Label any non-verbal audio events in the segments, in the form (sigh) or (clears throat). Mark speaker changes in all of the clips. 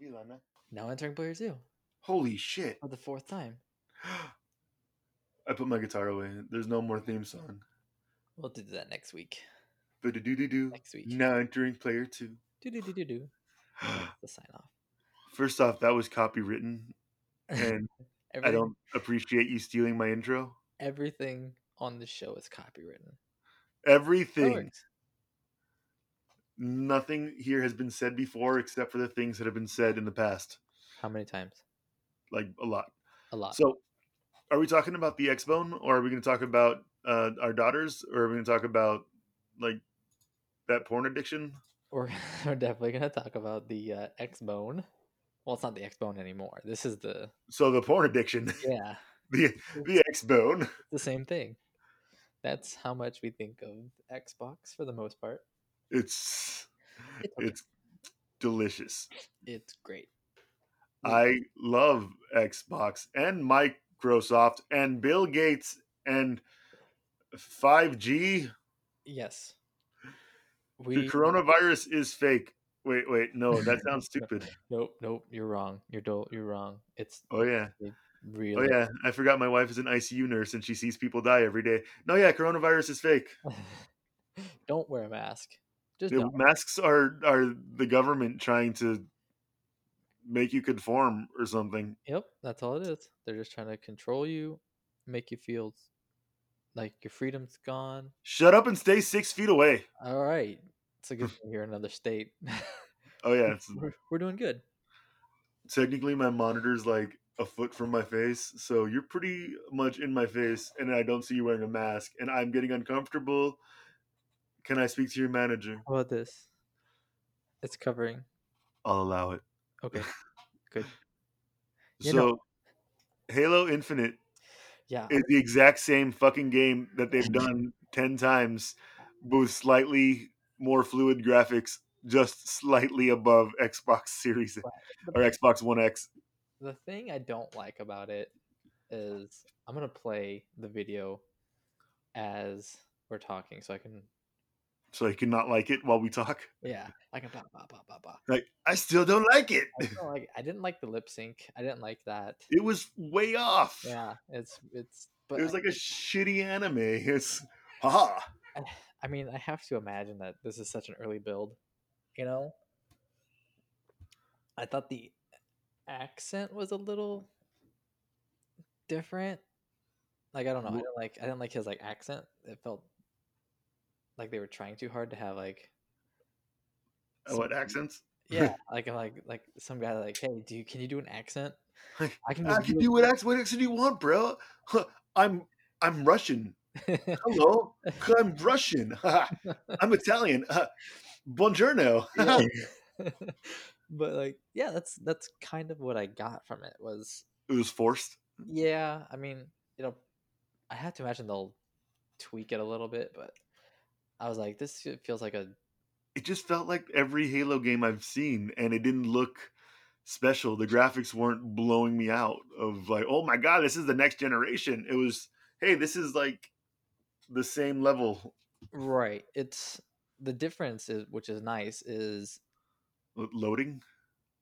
Speaker 1: he's on that.
Speaker 2: Now entering player two
Speaker 1: Holy shit!
Speaker 2: for the fourth time.
Speaker 1: I put my guitar away. There's no more theme song.
Speaker 2: We'll do that next week.
Speaker 1: Do do do do.
Speaker 2: Next week.
Speaker 1: Now entering player two.
Speaker 2: Do do do do
Speaker 1: (sighs)
Speaker 2: do. The sign off.
Speaker 1: First off, that was copywritten,
Speaker 2: (laughs)
Speaker 1: and I
Speaker 2: Everything,
Speaker 1: don't appreciate you stealing my intro.
Speaker 2: everything on the show is copywritten. (laughs)
Speaker 1: (laughs)
Speaker 2: That
Speaker 1: Everything.
Speaker 2: works.
Speaker 1: Nothing here has been said before except for the things that have been said in the past,
Speaker 2: How many times?
Speaker 1: like a lot.
Speaker 2: A lot.
Speaker 1: So, are we talking about the X Bone, or are we going to talk about uh, our daughters, or are we going to talk about like that porn addiction?
Speaker 2: (laughs) we're, we're definitely gonna talk about the uh, X Bone. Well, it's not the X Bone anymore. This is the
Speaker 1: So the porn addiction, (laughs)
Speaker 2: yeah,
Speaker 1: the the X Bone.
Speaker 2: the same thing. That's how much we think of Xbox for the most part.
Speaker 1: It's
Speaker 2: It's okay.
Speaker 1: it's delicious.
Speaker 2: It's great.
Speaker 1: I love Xbox and Microsoft and Bill Gates and 5G.
Speaker 2: Yes.
Speaker 1: The
Speaker 2: We
Speaker 1: coronavirus is fake. Wait, wait, no, that sounds stupid.
Speaker 2: nope nope. You're wrong. You're do- you're wrong. It's
Speaker 1: Oh yeah.
Speaker 2: really
Speaker 1: Oh yeah, I forgot my wife is an ICU nurse and she sees people die every day. No, yeah, coronavirus is fake.
Speaker 2: (laughs) don't wear a mask. Just
Speaker 1: The
Speaker 2: don't.
Speaker 1: masks are are the government trying to make you conform or something.
Speaker 2: Yep, that's all it is. They're just trying to control you, make you feel like your freedom's gone.
Speaker 1: Shut up and stay six feet away.
Speaker 2: All right. It's
Speaker 1: (laughs)
Speaker 2: a good thing you're in another state.
Speaker 1: Oh yeah, it's,
Speaker 2: (laughs) we're, we're doing good.
Speaker 1: technically my monitor's like a foot from my face, so you're pretty much in my face, and I don't see you wearing a mask, and I'm getting uncomfortable. Can I speak to your manager?
Speaker 2: How about this? It's covering.
Speaker 1: I'll allow it.
Speaker 2: Okay. Good. You
Speaker 1: so,
Speaker 2: know-
Speaker 1: Halo Infinite
Speaker 2: Yeah.
Speaker 1: is the exact same fucking game that they've
Speaker 2: (laughs)
Speaker 1: done 10 times with slightly more fluid graphics just slightly above xbox series or xbox one x
Speaker 2: The thing I don't like about it is I'm going to play the video as we're talking so I can,
Speaker 1: so you cannot like it while we talk
Speaker 2: yeah, I can blah, blah, blah, blah, blah.
Speaker 1: like i still don't like it (laughs)
Speaker 2: I, don't like, I didn't like the lip sync. I didn't like that.
Speaker 1: it was way off
Speaker 2: Yeah. It's, it's, but
Speaker 1: it
Speaker 2: I-
Speaker 1: was like a shitty anime it's haha
Speaker 2: I mean, I have to imagine that this is such an early build, you know? I thought the accent was a little different. Like I don't know, I
Speaker 1: Wh-
Speaker 2: didn't like I didn't like his like accent. It felt like they were trying too hard to have like
Speaker 1: Oh, what accents (laughs)
Speaker 2: yeah, like I'm like like some guy like, hey, do you can you do an accent?
Speaker 1: Like,
Speaker 2: I can
Speaker 1: i
Speaker 2: just
Speaker 1: can do what accent what accent do you want bro Huh, i'm i'm russian
Speaker 2: it.
Speaker 1: Hello, I'm Russian. (laughs) I'm Italian. (laughs) Uh, buongiorno.
Speaker 2: Yeah. (laughs) but like yeah, that's that's kind of what I got from it was
Speaker 1: (laughs) it was forced.
Speaker 2: Yeah, I mean, it'll. I have to imagine they'll tweak it a little bit, but I was like, this shit feels like a
Speaker 1: It just felt like every Halo game I've seen, and it didn't look special. The graphics weren't blowing me out of like, oh my god, this is the next generation. It was, hey, this is like the same level.
Speaker 2: right. It's the difference is, which is nice, is
Speaker 1: Lo- Loading.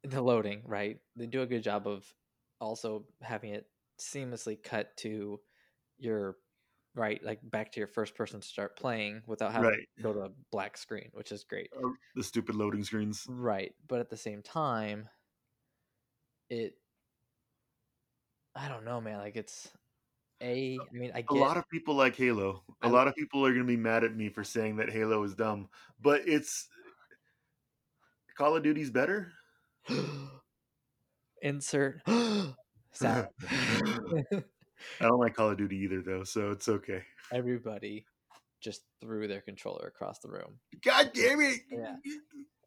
Speaker 2: the loading. Right, they do a good job of also having it seamlessly cut to your right, like back to your first person to start playing without having
Speaker 1: Right.
Speaker 2: to go to a black screen, which is great.
Speaker 1: Uh, The stupid loading screens.
Speaker 2: Right, but at the same time, it I don't know, man, like it's a I mean, I
Speaker 1: A
Speaker 2: get
Speaker 1: lot of people like Halo. A
Speaker 2: I-
Speaker 1: lot of people are going to be mad at me for saying that Halo is dumb, but it's Call of Duty's better.
Speaker 2: (gasps)
Speaker 1: (gasps)
Speaker 2: insert sound. (laughs)
Speaker 1: I don't like Call of Duty either, though, so it's okay.
Speaker 2: Everybody just threw their controller across the room.
Speaker 1: God damn it! (laughs)
Speaker 2: Yeah.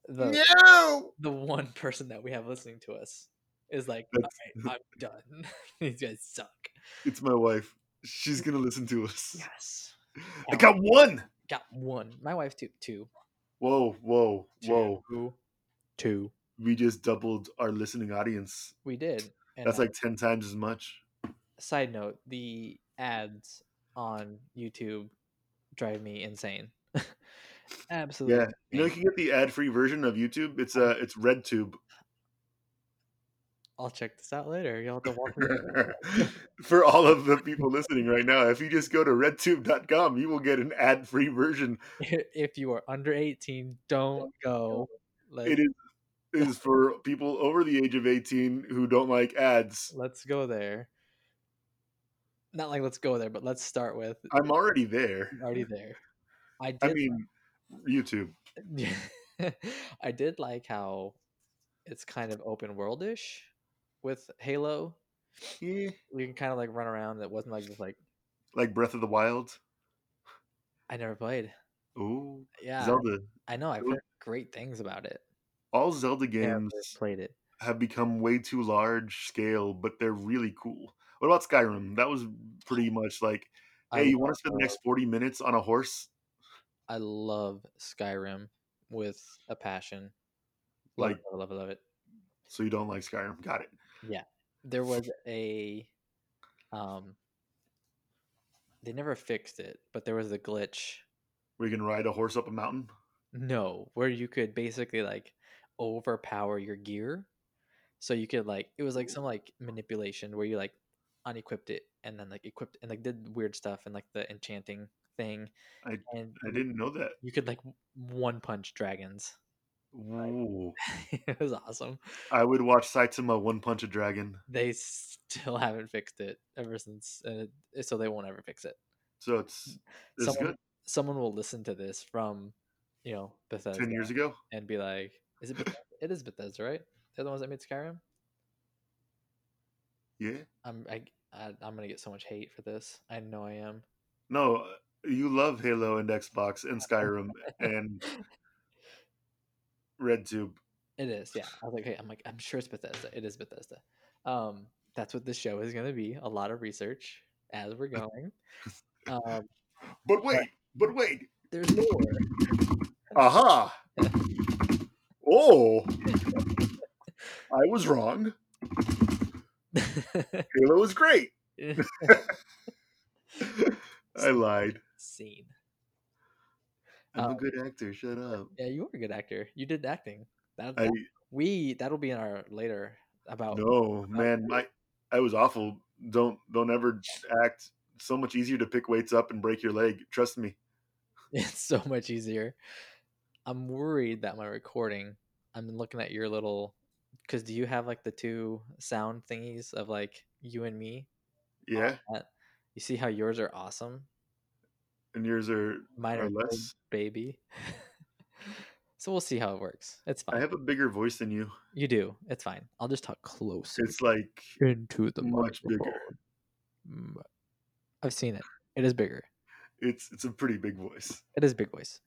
Speaker 2: The
Speaker 1: No!
Speaker 2: the one person that we have listening to us is like, All
Speaker 1: That's-
Speaker 2: right, I'm done. (laughs) These guys suck.
Speaker 1: It's my wife. She's gonna listen to us.
Speaker 2: Yes.
Speaker 1: (laughs) I got one.
Speaker 2: Got one. My wife too two.
Speaker 1: Whoa, whoa, whoa!
Speaker 2: Two. Two.
Speaker 1: We just doubled our listening audience.
Speaker 2: We did. And
Speaker 1: That's
Speaker 2: I-
Speaker 1: like ten times as much.
Speaker 2: side note the ads on youtube drive me insane (laughs) absolutely
Speaker 1: Yeah, you know you
Speaker 2: insane.
Speaker 1: (laughs) can get the ad-free version of YouTube. It's uh, it's RedTube.
Speaker 2: I'll check this out later. You'll have to
Speaker 1: (laughs)
Speaker 2: walk me. through it.
Speaker 1: For all of the people listening right now, if you just go to redtube.com, you will get an ad free version.
Speaker 2: (laughs) if you are under 18, don't go. Like,
Speaker 1: It is, it is for people over the age of 18 who don't like ads.
Speaker 2: let's go there. Not like let's go there, but let's start with
Speaker 1: I'm already there.
Speaker 2: already there. I did.
Speaker 1: I mean, YouTube.
Speaker 2: (laughs) I did like how it's kind of open worldish with Halo.
Speaker 1: Yeah.
Speaker 2: You can kind of like run around. It wasn't like just like
Speaker 1: Eh, Like Breath of the Wild.
Speaker 2: I never played.
Speaker 1: Ooh.
Speaker 2: Yeah,
Speaker 1: Zelda.
Speaker 2: I know. I've
Speaker 1: Zelda.
Speaker 2: heard great things about it.
Speaker 1: All Zelda
Speaker 2: Never
Speaker 1: games
Speaker 2: played it.
Speaker 1: have become way too large scale, but they're really cool. What about Skyrim? That was pretty much like,
Speaker 2: I
Speaker 1: hey, you want
Speaker 2: love-
Speaker 1: to spend the next 40 minutes on a horse?
Speaker 2: I love Skyrim with a passion. Love,
Speaker 1: Like,
Speaker 2: like, love, it, love, it, love it.
Speaker 1: so you don't like Skyrim. Got it.
Speaker 2: There was a, um, they never fixed it, but there was a glitch.
Speaker 1: We can ride a horse up a mountain.
Speaker 2: No, where you could basically like overpower your gear. So you could like it was like some like manipulation where you like unequipped it and then like equipped and like did weird stuff and like the enchanting thing.
Speaker 1: I-
Speaker 2: and
Speaker 1: I didn't know that.
Speaker 2: you could like w- one punch dragons. (laughs)
Speaker 1: Ooh.
Speaker 2: it was awesome.
Speaker 1: I would watch Saitama One Punch a Dragon.
Speaker 2: They still haven't fixed it ever since, and it, so they won't ever fix it.
Speaker 1: So it's, it's
Speaker 2: Someone-
Speaker 1: good.
Speaker 2: Someone will listen to this from, you know, Bethesda
Speaker 1: 10 years ago.
Speaker 2: and be like, "Is it? Bethesda? (laughs) it is Bethesda, right? They're the ones that made Skyrim."
Speaker 1: Yeah.
Speaker 2: I'm I, I I'm gonna get so much hate for this. I know I am.
Speaker 1: No, uh, you love Halo and Xbox and Skyrim and RedTube.
Speaker 2: It is, yeah. I was like, hey, I'm like, I'm sure it's Bethesda. It is Bethesda. Um, that's what this show is gonna be. A lot of research as
Speaker 1: (laughs)
Speaker 2: we're going. Um,
Speaker 1: But wait, but wait.
Speaker 2: there's more.
Speaker 1: Aha. Oh. I was wrong. Halo is great. (laughs) I lied.
Speaker 2: (laughs)
Speaker 1: (laughs)
Speaker 2: Scene.
Speaker 1: I'm a
Speaker 2: Um,
Speaker 1: good actor. Shut up.
Speaker 2: Yeah, you are a good actor. You did acting. That,
Speaker 1: I
Speaker 2: that- we that'll be in our later about.
Speaker 1: no, man. My I was awful. Don't don't ever act. So much easier to pick weights up and break your leg. Trust me.
Speaker 2: (laughs) It's so much easier. I'm worried that my recording. I'm looking at your little. Because do you have like the two sound thingies of like you and me?
Speaker 1: Yeah,
Speaker 2: You see how yours are awesome.
Speaker 1: and yours are.
Speaker 2: Mine
Speaker 1: Or
Speaker 2: are less.
Speaker 1: less.
Speaker 2: baby. (laughs) so we'll see how it works. It's
Speaker 1: I
Speaker 2: fine.
Speaker 1: have a bigger voice than you.
Speaker 2: you do. It's fine. I'll just talk closer
Speaker 1: It's like
Speaker 2: into the
Speaker 1: much bigger.
Speaker 2: microphone. Mm, I've seen it. It is bigger.
Speaker 1: it's it's a pretty big voice.
Speaker 2: It is big voice.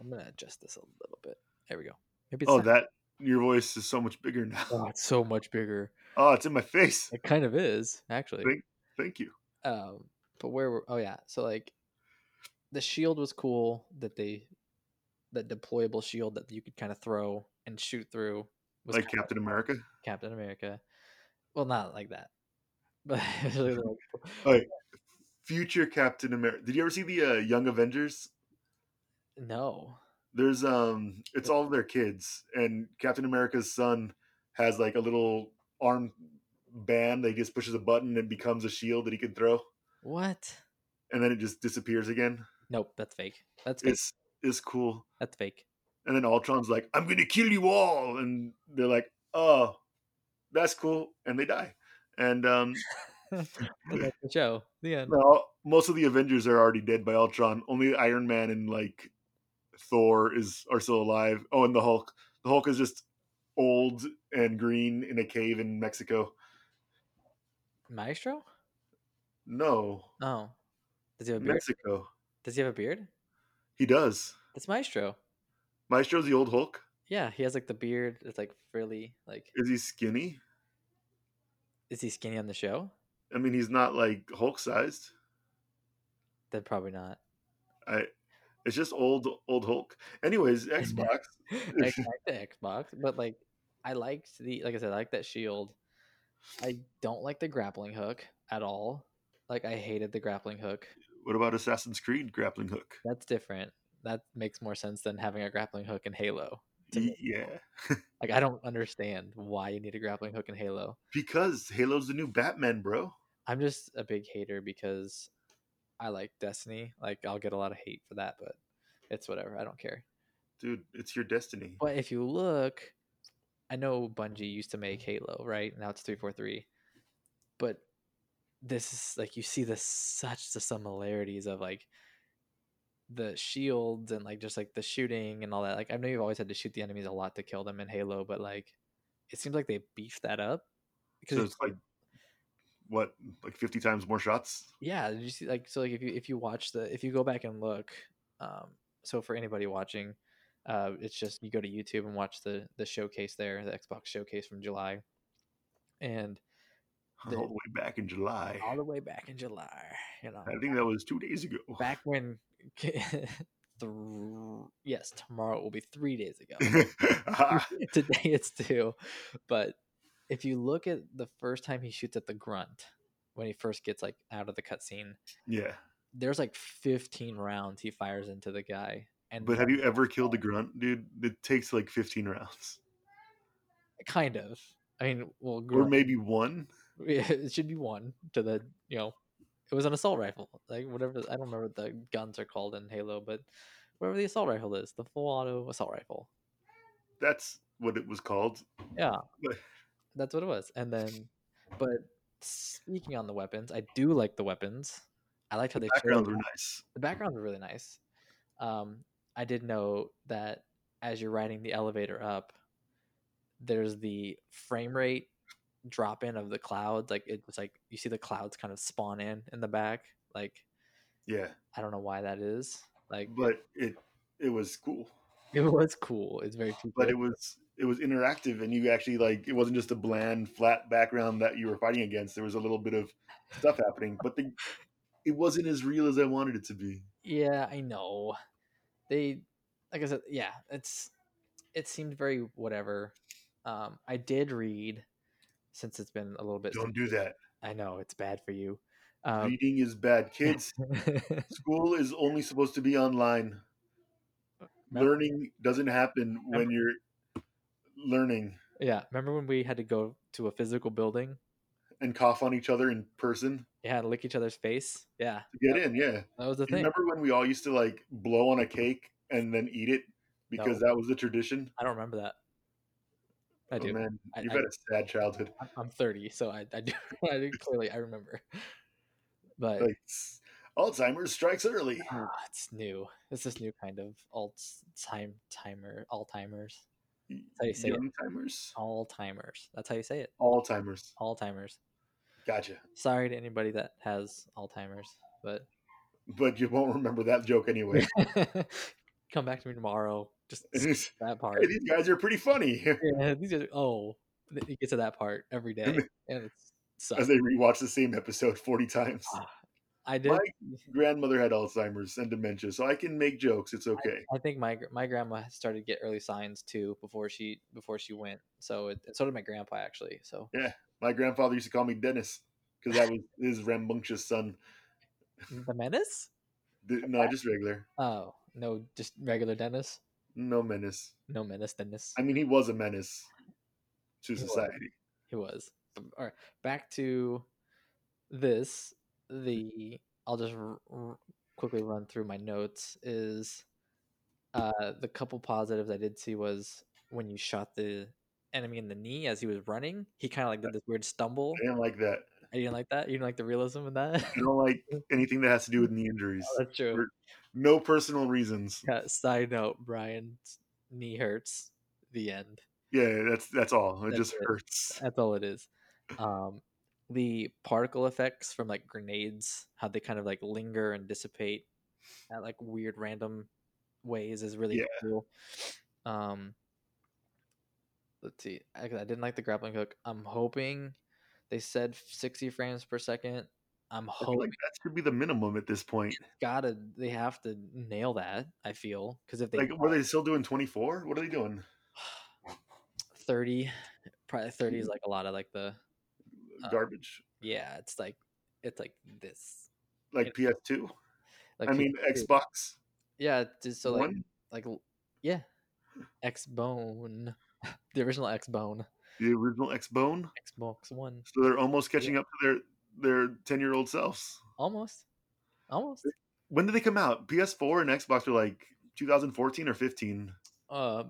Speaker 2: I'm gonna adjust this a little bit. There we go. Maybe it's
Speaker 1: Oh,
Speaker 2: not-
Speaker 1: that your voice is so much bigger now.
Speaker 2: Oh, it's so much bigger.
Speaker 1: Oh, it's in my face.
Speaker 2: It kind of is actually.
Speaker 1: Big. Thank you.
Speaker 2: Um, but where were? Oh yeah. So like, the shield was cool that they, that deployable shield that you could kind of throw and shoot through was
Speaker 1: Like
Speaker 2: kinda-
Speaker 1: Captain America.
Speaker 2: Captain America. Well, not like
Speaker 1: (laughs)
Speaker 2: that, (laughs) but it was like-
Speaker 1: Oh, future Captain America. Did you ever see the uh, Young Avengers?
Speaker 2: no.
Speaker 1: There's um, it's all their kids, and Captain America's son has like a little arm band. They just pushes a button and becomes a shield that he can throw,
Speaker 2: What?
Speaker 1: and then it just disappears again.
Speaker 2: Nope. That's fake. That's fake.
Speaker 1: It's it's cool.
Speaker 2: That's fake.
Speaker 1: And then Ultron's like, "I'm gonna kill you all," and they're like, "Oh, that's cool," and they die. And um,
Speaker 2: (laughs) And (laughs) that's the show. The end.
Speaker 1: No, most of the Avengers are already dead by Ultron. Only Iron Man and like Thor is are still alive. Oh, and the Hulk. The Hulk is just old and green in a cave in Mexico.
Speaker 2: Maestro?
Speaker 1: No,
Speaker 2: No. Does he have a beard?
Speaker 1: Mexico.
Speaker 2: Does he have a beard?
Speaker 1: He does.
Speaker 2: That's Maestro.
Speaker 1: Maestro's the old Hulk.
Speaker 2: Yeah, he has like the beard. It's like frilly. Like,
Speaker 1: Is he skinny?
Speaker 2: is he skinny on the show?
Speaker 1: I mean, he's not like Hulk sized.
Speaker 2: Then probably (laughs) not.
Speaker 1: I. It's just old old Hulk. Anyways, Xbox.
Speaker 2: like like the Xbox, but like I liked the like I said, I like that shield. I don't like the grappling hook at all. Like I hated the grappling hook.
Speaker 1: what about Assassin's Creed grappling hook?
Speaker 2: That's different. That makes more sense than having a grappling hook in Halo. to me.
Speaker 1: yeah.
Speaker 2: Like I don't understand why you need a grappling hook in Halo.
Speaker 1: Because Halo's the new Batman, bro.
Speaker 2: I'm just a big hater because I like Destiny. Like I'll get a lot of hate for that, but it's whatever. I don't care.
Speaker 1: Dude, it's your destiny.
Speaker 2: But if you look, I know Bungie used to make Halo, right? Now it's 343. But this is like you see the such the similarities of like the shields and like just like the shooting and all that. Like I know you've always had to shoot the enemies a lot to kill them in Halo, but like it seems like they beefed that up because
Speaker 1: So it's like what, like fifty times more shots? (laughs)
Speaker 2: yeah did you see like so like if you if you watch the if you go back and look um so for anybody watching uh it's just you go to youtube and watch the the showcase there the xbox showcase from july and The-
Speaker 1: All the way back in July.
Speaker 2: all the way back in july you know
Speaker 1: I think that was two days ago.
Speaker 2: back when (laughs) thr yes tomorrow will be three days ago
Speaker 1: (laughs) Ah,
Speaker 2: (laughs) today it's two but if you look at the first time he shoots at the grunt when he first gets like out of the cutscene
Speaker 1: yeah.
Speaker 2: there's like 15 rounds he fires into the guy and
Speaker 1: But have you ever killed a grunt, dude? It takes like fifteen rounds.
Speaker 2: kind of i mean well (laughs)
Speaker 1: Or
Speaker 2: grunt,
Speaker 1: maybe one.
Speaker 2: it should be one to the you know it was an assault rifle like whatever i don't remember what the guns are called in halo but whatever the assault rifle is the full auto assault rifle
Speaker 1: That's what it was called.
Speaker 2: that's what it was and then but speaking on the weapons i do like the weapons i liked how they showed
Speaker 1: Backgrounds were nice.
Speaker 2: the backgrounds are really nice. Um, I did know that as you're riding the elevator up, there's the frame rate drop in of the clouds. Like it was like you see the clouds kind of spawn in in the back. Like
Speaker 1: Yeah.
Speaker 2: I don't know why that is. Like
Speaker 1: But it it was cool.
Speaker 2: (laughs) it was cool. It's very cool.
Speaker 1: But it was it was interactive and you actually like it wasn't just a bland flat background that you were fighting against. There was a little bit of stuff happening, but the it wasn't as real as I wanted it to be.
Speaker 2: Yeah, I know. They like I said, yeah, it's it seemed very whatever. Um, I did read since it's been a little bit.
Speaker 1: Don't
Speaker 2: since-
Speaker 1: do that.
Speaker 2: I know it's bad for you. Um,
Speaker 1: Reading is
Speaker 2: (laughs)
Speaker 1: bad. Kids, school is only supposed to be online.
Speaker 2: Remember-
Speaker 1: Learning doesn't happen when you're learning
Speaker 2: yeah, remember when we had to go to a physical building?
Speaker 1: and cough on each other in person
Speaker 2: Yeah, lick each other's face. Yeah,
Speaker 1: to get in. Yeah.
Speaker 2: that was the
Speaker 1: You
Speaker 2: thing.
Speaker 1: remember when we all used to like blow on a cake and then eat it because that was the tradition?
Speaker 2: I don't remember that. I do.
Speaker 1: Oh, man,
Speaker 2: I-
Speaker 1: you've
Speaker 2: I-
Speaker 1: had a sad childhood.
Speaker 2: I'm- I'm 30, so I, I do. (laughs) I do clearly I remember. (laughs) But
Speaker 1: Like s- Alzheimer's strikes early.
Speaker 2: ah, it's new. It's this new kind of alt time timer Alzheimer's. how you say it.
Speaker 1: Youngtimers.
Speaker 2: Alzheimer's. That's how you say it.
Speaker 1: Alzheimer's.
Speaker 2: Alzheimer's.
Speaker 1: Gotcha.
Speaker 2: Sorry to anybody that has Alzheimer's,
Speaker 1: (laughs)
Speaker 2: but (laughs)
Speaker 1: But you won't remember that joke anyway.
Speaker 2: come back to me tomorrow. Just
Speaker 1: (laughs)
Speaker 2: skip
Speaker 1: These
Speaker 2: that part.
Speaker 1: guys are pretty funny (laughs)
Speaker 2: Yeah, these are oh, th- you get to that part every day, and it's
Speaker 1: as
Speaker 2: sucks.
Speaker 1: they rewatch the same episode 40 times.
Speaker 2: I Ah, did.
Speaker 1: grandmother had Alzheimer's and dementia, so I can make jokes. It's okay.
Speaker 2: I think my gr- my grandma started to get early signs too before she before she went. So it, and so did my grandpa actually.
Speaker 1: (laughs)
Speaker 2: So
Speaker 1: My grandfather used to call me Dennis because I was his rambunctious son.
Speaker 2: the menace? (laughs)
Speaker 1: Th- No, just regular.
Speaker 2: Oh no, just regular Dennis.
Speaker 1: No menace.
Speaker 2: No menace, Dennis.
Speaker 1: I mean, he was a menace
Speaker 2: He
Speaker 1: to
Speaker 2: was.
Speaker 1: society.
Speaker 2: He was. Um, All right, back to this. The I'll just r- r- quickly run through my notes. Is uh, the couple positives I did see was when you shot the enemy in the knee as he was running, he kind of like did this weird stumble.
Speaker 1: I didn't like that.
Speaker 2: I didn't like that. You didn't like the realism in that.
Speaker 1: I don't like anything that has to do with knee injuries.
Speaker 2: (laughs) That's true.
Speaker 1: We're- No personal reasons.
Speaker 2: Yeah, side note: Brian's knee hurts. The end.
Speaker 1: Yeah, that's that's all. It
Speaker 2: That's
Speaker 1: just
Speaker 2: it. Uh,
Speaker 1: hurts.
Speaker 2: That's all it is. Um, the particle effects from like grenades, how they kind of like linger and dissipate at like weird random ways is really
Speaker 1: Yeah.
Speaker 2: cool. Um, let's see. I, I didn't like the grappling hook. I'm hoping they said 60 frames per second. I'm
Speaker 1: I feel
Speaker 2: hoping
Speaker 1: like that should be the minimum at this point.
Speaker 2: gotta they have to nail that. I feel because if they
Speaker 1: Like, were they still doing 24? What are they doing?
Speaker 2: 30, probably 30
Speaker 1: Mm-hmm.
Speaker 2: is like a lot of like the Uh,
Speaker 1: Garbage.
Speaker 2: yeah. It's like it's like this.
Speaker 1: Like PS2?
Speaker 2: Like
Speaker 1: I
Speaker 2: pe-
Speaker 1: mean, Xbox
Speaker 2: Yeah, just so like
Speaker 1: One?
Speaker 2: like l- yeah, X Bone, (laughs) the original X Bone,
Speaker 1: The original X Bone.
Speaker 2: Xbox One,
Speaker 1: So they're almost catching up to their their ten year old selves.
Speaker 2: almost, almost.
Speaker 1: When did they come out? PS4 and Xbox were like 2014 or 15.
Speaker 2: Uh,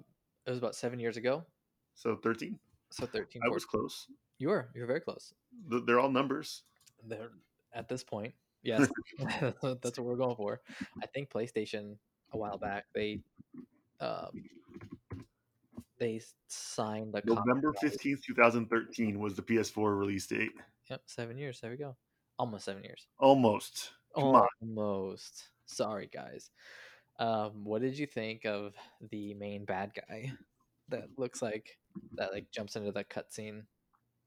Speaker 2: it was about seven years ago,
Speaker 1: So 13.
Speaker 2: so 13,
Speaker 1: I
Speaker 2: 14.
Speaker 1: was close.
Speaker 2: You were, you were very close.
Speaker 1: Th- They're all numbers.
Speaker 2: There at this point,
Speaker 1: (laughs)
Speaker 2: yes, (laughs) that's what that's what we're going for. I think PlayStation a while back they, uh, they s- signed a
Speaker 1: November
Speaker 2: copyright-
Speaker 1: 15th, 2013 was the PS4 release date.
Speaker 2: Yep, seven years. There we go, almost seven years.
Speaker 1: Almost. Come on.
Speaker 2: Almost. Sorry, guys. Um, what did you think of the main bad guy that looks like that like jumps into the cutscene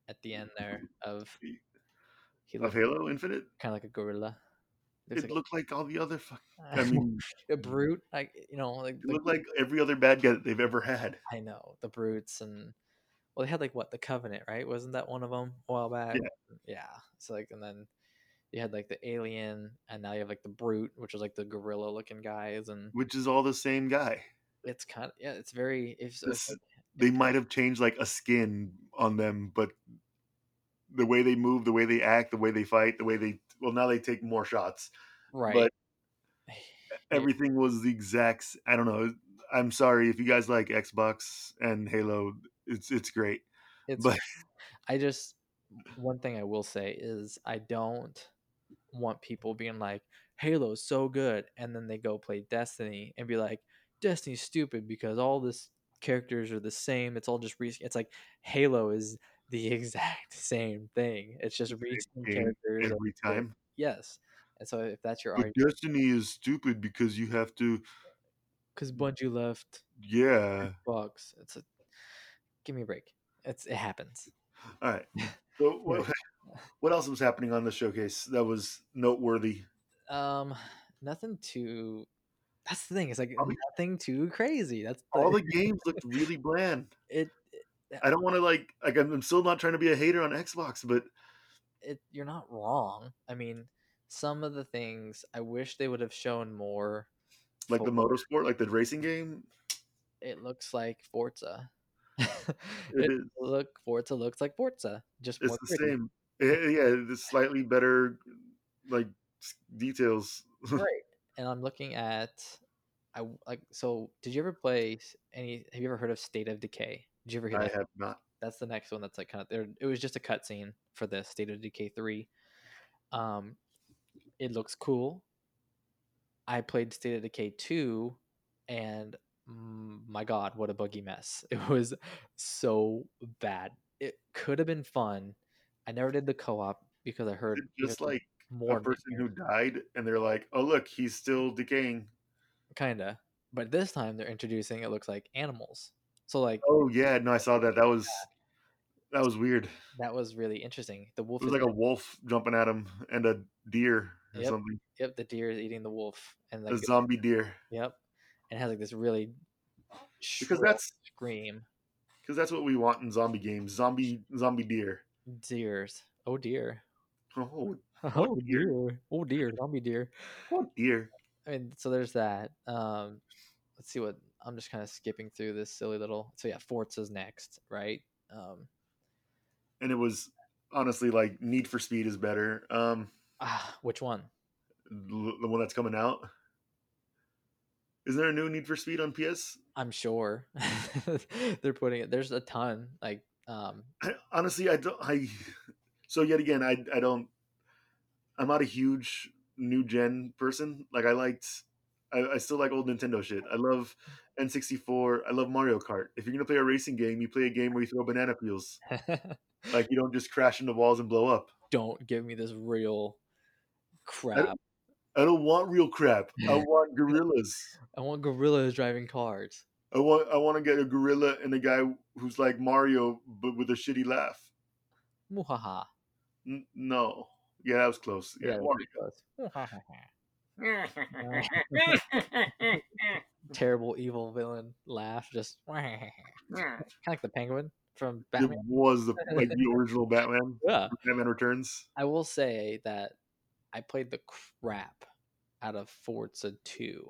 Speaker 2: at the end there of he
Speaker 1: Of
Speaker 2: looks
Speaker 1: Halo Infinite?
Speaker 2: kind of like a gorilla. Looks (laughs)
Speaker 1: It looked like all the other. Fuck-
Speaker 2: like, (laughs)
Speaker 1: I mean,
Speaker 2: a brute. Like you know, like,
Speaker 1: it
Speaker 2: the-
Speaker 1: looked like every other bad guy that they've ever had.
Speaker 2: I know the brutes and well, they had like what the covenant, right? Wasn't that one of them a while back? yeah. So like, and then you had like the alien, and now you have like the brute, which is like the gorilla looking guys, and
Speaker 1: Which is all the same guy.
Speaker 2: it's kind of yeah it's very if so-
Speaker 1: (laughs) This- They might have changed like a skin on them, but the way they move, the way they act, the way they fight, the way they well now they take more shots.
Speaker 2: right
Speaker 1: but
Speaker 2: Yeah.
Speaker 1: Everything was the exact. s- I don't know. I'm sorry if you guys like Xbox and Halo. It's it's great.
Speaker 2: (sighs) it's
Speaker 1: but-
Speaker 2: (laughs) i just one thing i will say is i don't want people being like halo's so good and then they go play destiny and be like destiny's stupid because all this characters are the same it's all just re- it's like halo is the (laughs) exact same thing it's just reskin
Speaker 1: game
Speaker 2: characters and-
Speaker 1: Every time.
Speaker 2: yes and so if that's your
Speaker 1: But
Speaker 2: argument
Speaker 1: Destiny is stupid because you have to.
Speaker 2: because bungie left (laughs)
Speaker 1: Yeah.
Speaker 2: bugs it's a give me a break it's it happens
Speaker 1: All right. So what, (laughs) what else was happening on the showcase that was noteworthy?
Speaker 2: Um, nothing too. That's the thing. It's like
Speaker 1: All the-
Speaker 2: nothing too crazy. That's
Speaker 1: All the games looked really bland.
Speaker 2: it.
Speaker 1: I don't want to like like I'm I'm still not trying to be a hater on Xbox, but
Speaker 2: It you're not wrong. I mean, some of the things I wish they would have shown more.
Speaker 1: like the
Speaker 2: for-
Speaker 1: motorsport, like the racing game,
Speaker 2: It looks like Forza. (laughs)
Speaker 1: it
Speaker 2: it
Speaker 1: is,
Speaker 2: look Forza looks like Forza. Just
Speaker 1: it's
Speaker 2: more
Speaker 1: the
Speaker 2: pretty.
Speaker 1: same. Eh, yeah, it's slightly better like s- details.
Speaker 2: right. And I'm looking at. I w- like so. Did you ever play s- any? Have you ever heard of State of Decay? Did you ever hear
Speaker 1: I
Speaker 2: that?
Speaker 1: have not.
Speaker 2: that's the next one that's like kind of there it was just a cutscene for the state of decay 3 um it looks cool i played state of decay 2 and mm, my god what a buggy mess (laughs) it was so bad it could have been fun i never did the co-op because i heard
Speaker 1: It's
Speaker 2: it
Speaker 1: just
Speaker 2: was
Speaker 1: like
Speaker 2: more
Speaker 1: a person who died and they're like, "Oh look, he's still decaying."
Speaker 2: (laughs) kinda but this time they're introducing it looks like animals so like
Speaker 1: Oh yeah, no, I saw that. That was that was weird.
Speaker 2: that was really interesting the wolf
Speaker 1: It was
Speaker 2: is
Speaker 1: like a wolf jumping at him and a deer or
Speaker 2: Yep.
Speaker 1: something.
Speaker 2: yep the deer is eating the wolf and like
Speaker 1: A
Speaker 2: the-
Speaker 1: zombie deer.
Speaker 2: Yep. And it has like this really shrill
Speaker 1: Because that's
Speaker 2: scream.
Speaker 1: because that's what we want in zombie games. Zombie zombie deer. (laughs)
Speaker 2: Deers. Oh (laughs) dear.
Speaker 1: Oh
Speaker 2: Oh
Speaker 1: dear.
Speaker 2: dear. Oh dear. Zombie deer.
Speaker 1: oh, deer.
Speaker 2: I mean, so there's that. Um let's see what I'm just kind of skipping through this silly little so yeah, Forza's next, right? Um
Speaker 1: And it was honestly like Need for Speed is better. Um
Speaker 2: ah, which one?
Speaker 1: l- the one that's coming out. Is there a new Need for Speed on PS?
Speaker 2: I'm sure. (laughs) They're putting it there's a ton. Like um (laughs)
Speaker 1: I, honestly, I don't. I so yet again, I I don't. I'm not a huge new gen person. Like I liked, I, I still like old Nintendo shit. I love N64. I love Mario Kart. If you're gonna play a racing game, you play a game where you throw banana peels. Like you don't just crash into walls and blow up.
Speaker 2: don't give me this real crap.
Speaker 1: I don't want real crap. I want gorillas.
Speaker 2: I want gorillas driving cars.
Speaker 1: I want I want to get a gorilla and a guy who's like Mario but with a shitty laugh.
Speaker 2: Muhaha.
Speaker 1: N- no. Yeah, that was close. Yeah,
Speaker 2: Yeah,
Speaker 1: Mario.
Speaker 2: Terrible evil villain laugh, just (laughs) kind of like the penguin from
Speaker 1: It
Speaker 2: Batman.
Speaker 1: was the like the
Speaker 2: (laughs)
Speaker 1: original Batman.
Speaker 2: Yeah.
Speaker 1: Batman Returns.
Speaker 2: I will say that I played the crap out of Forza 2.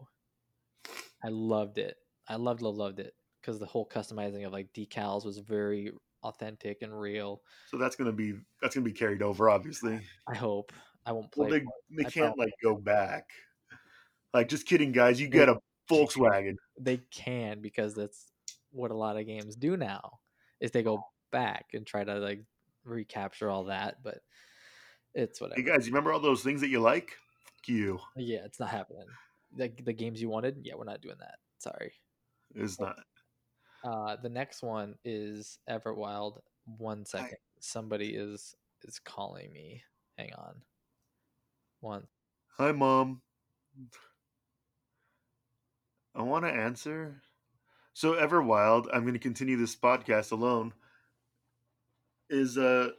Speaker 2: I loved it. I loved, loved, loved it. because the whole customizing of like decals was very authentic and real.
Speaker 1: So that's gonna be that's gonna be carried over, obviously.
Speaker 2: I hope I won't play.
Speaker 1: Well, they
Speaker 2: for it.
Speaker 1: they
Speaker 2: I
Speaker 1: can't
Speaker 2: probably-
Speaker 1: like go back. Like, just kidding, guys. You
Speaker 2: They- (laughs)
Speaker 1: get a Volkswagen.
Speaker 2: They can because that's what a lot of games do now is they go back and try to like recapture all that, but it's whatever.
Speaker 1: Hey guys, you remember all those things that you like? Fuck you.
Speaker 2: yeah, it's not happening. Like the games you wanted, yeah, we're not doing that. Sorry.
Speaker 1: It's not.
Speaker 2: Uh, the next one is Everwild. One second, somebody is is calling me. Hang on. One. (laughs)
Speaker 1: Hi, mom. I want to answer. So, Everwild, I'm going to continue this podcast alone. Is uh,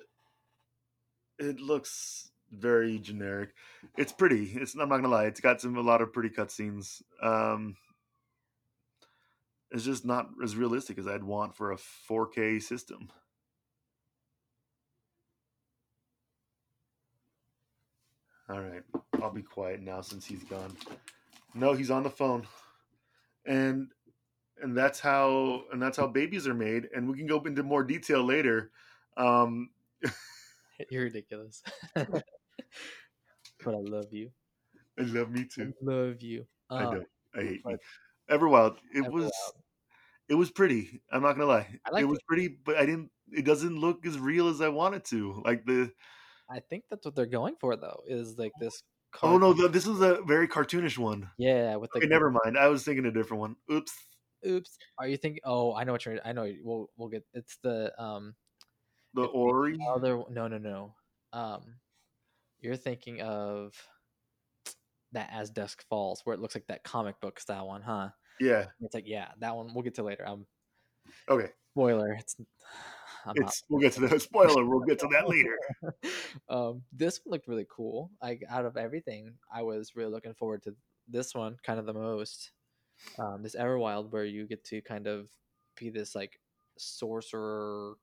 Speaker 1: it looks very generic. It's pretty. It's I'm not gonna lie. It's got some a lot of pretty cutscenes. Um, it's just not as realistic as I'd want for a 4K system. All right, I'll be quiet now since he's gone. No, he's on the phone, and and that's how and that's how babies are made. And we can go into more detail later. Um,
Speaker 2: You're ridiculous. (laughs) but I love you.
Speaker 1: I love me too.
Speaker 2: I love you. Um,
Speaker 1: I don't. I hate you.
Speaker 2: but-
Speaker 1: Everwild. It
Speaker 2: Everwild.
Speaker 1: was it was pretty. I'm not gonna lie.
Speaker 2: I
Speaker 1: it
Speaker 2: liked
Speaker 1: was pretty, but I didn't. It doesn't look as real as I want it to. Like the
Speaker 2: I think that's what they're going for though. Is like this.
Speaker 1: oh no,
Speaker 2: cartoon-
Speaker 1: th- this was a very cartoonish one.
Speaker 2: Yeah, with
Speaker 1: Okay,
Speaker 2: like
Speaker 1: never mind. I was thinking a different one. Oops.
Speaker 2: oops. Are you thinking? Oh, I know what you're. I know. We'll we'll get. It's the um
Speaker 1: The
Speaker 2: It's the
Speaker 1: Ori.
Speaker 2: other. No, no, no. Um, you're thinking of that as dusk falls, where it looks like that comic book style one, huh?
Speaker 1: Yeah.
Speaker 2: It's like yeah, that one. We'll get to later. Um,
Speaker 1: Okay.
Speaker 2: spoiler. It's. (sighs) I'm not
Speaker 1: It's we'll get to that (laughs) spoiler. We'll get to that later.
Speaker 2: (laughs) um, this one looked really cool. Like out of everything, I was really looking forward to this one kind of the most. Um, this Everwild, where you get to kind of be this like sorcerer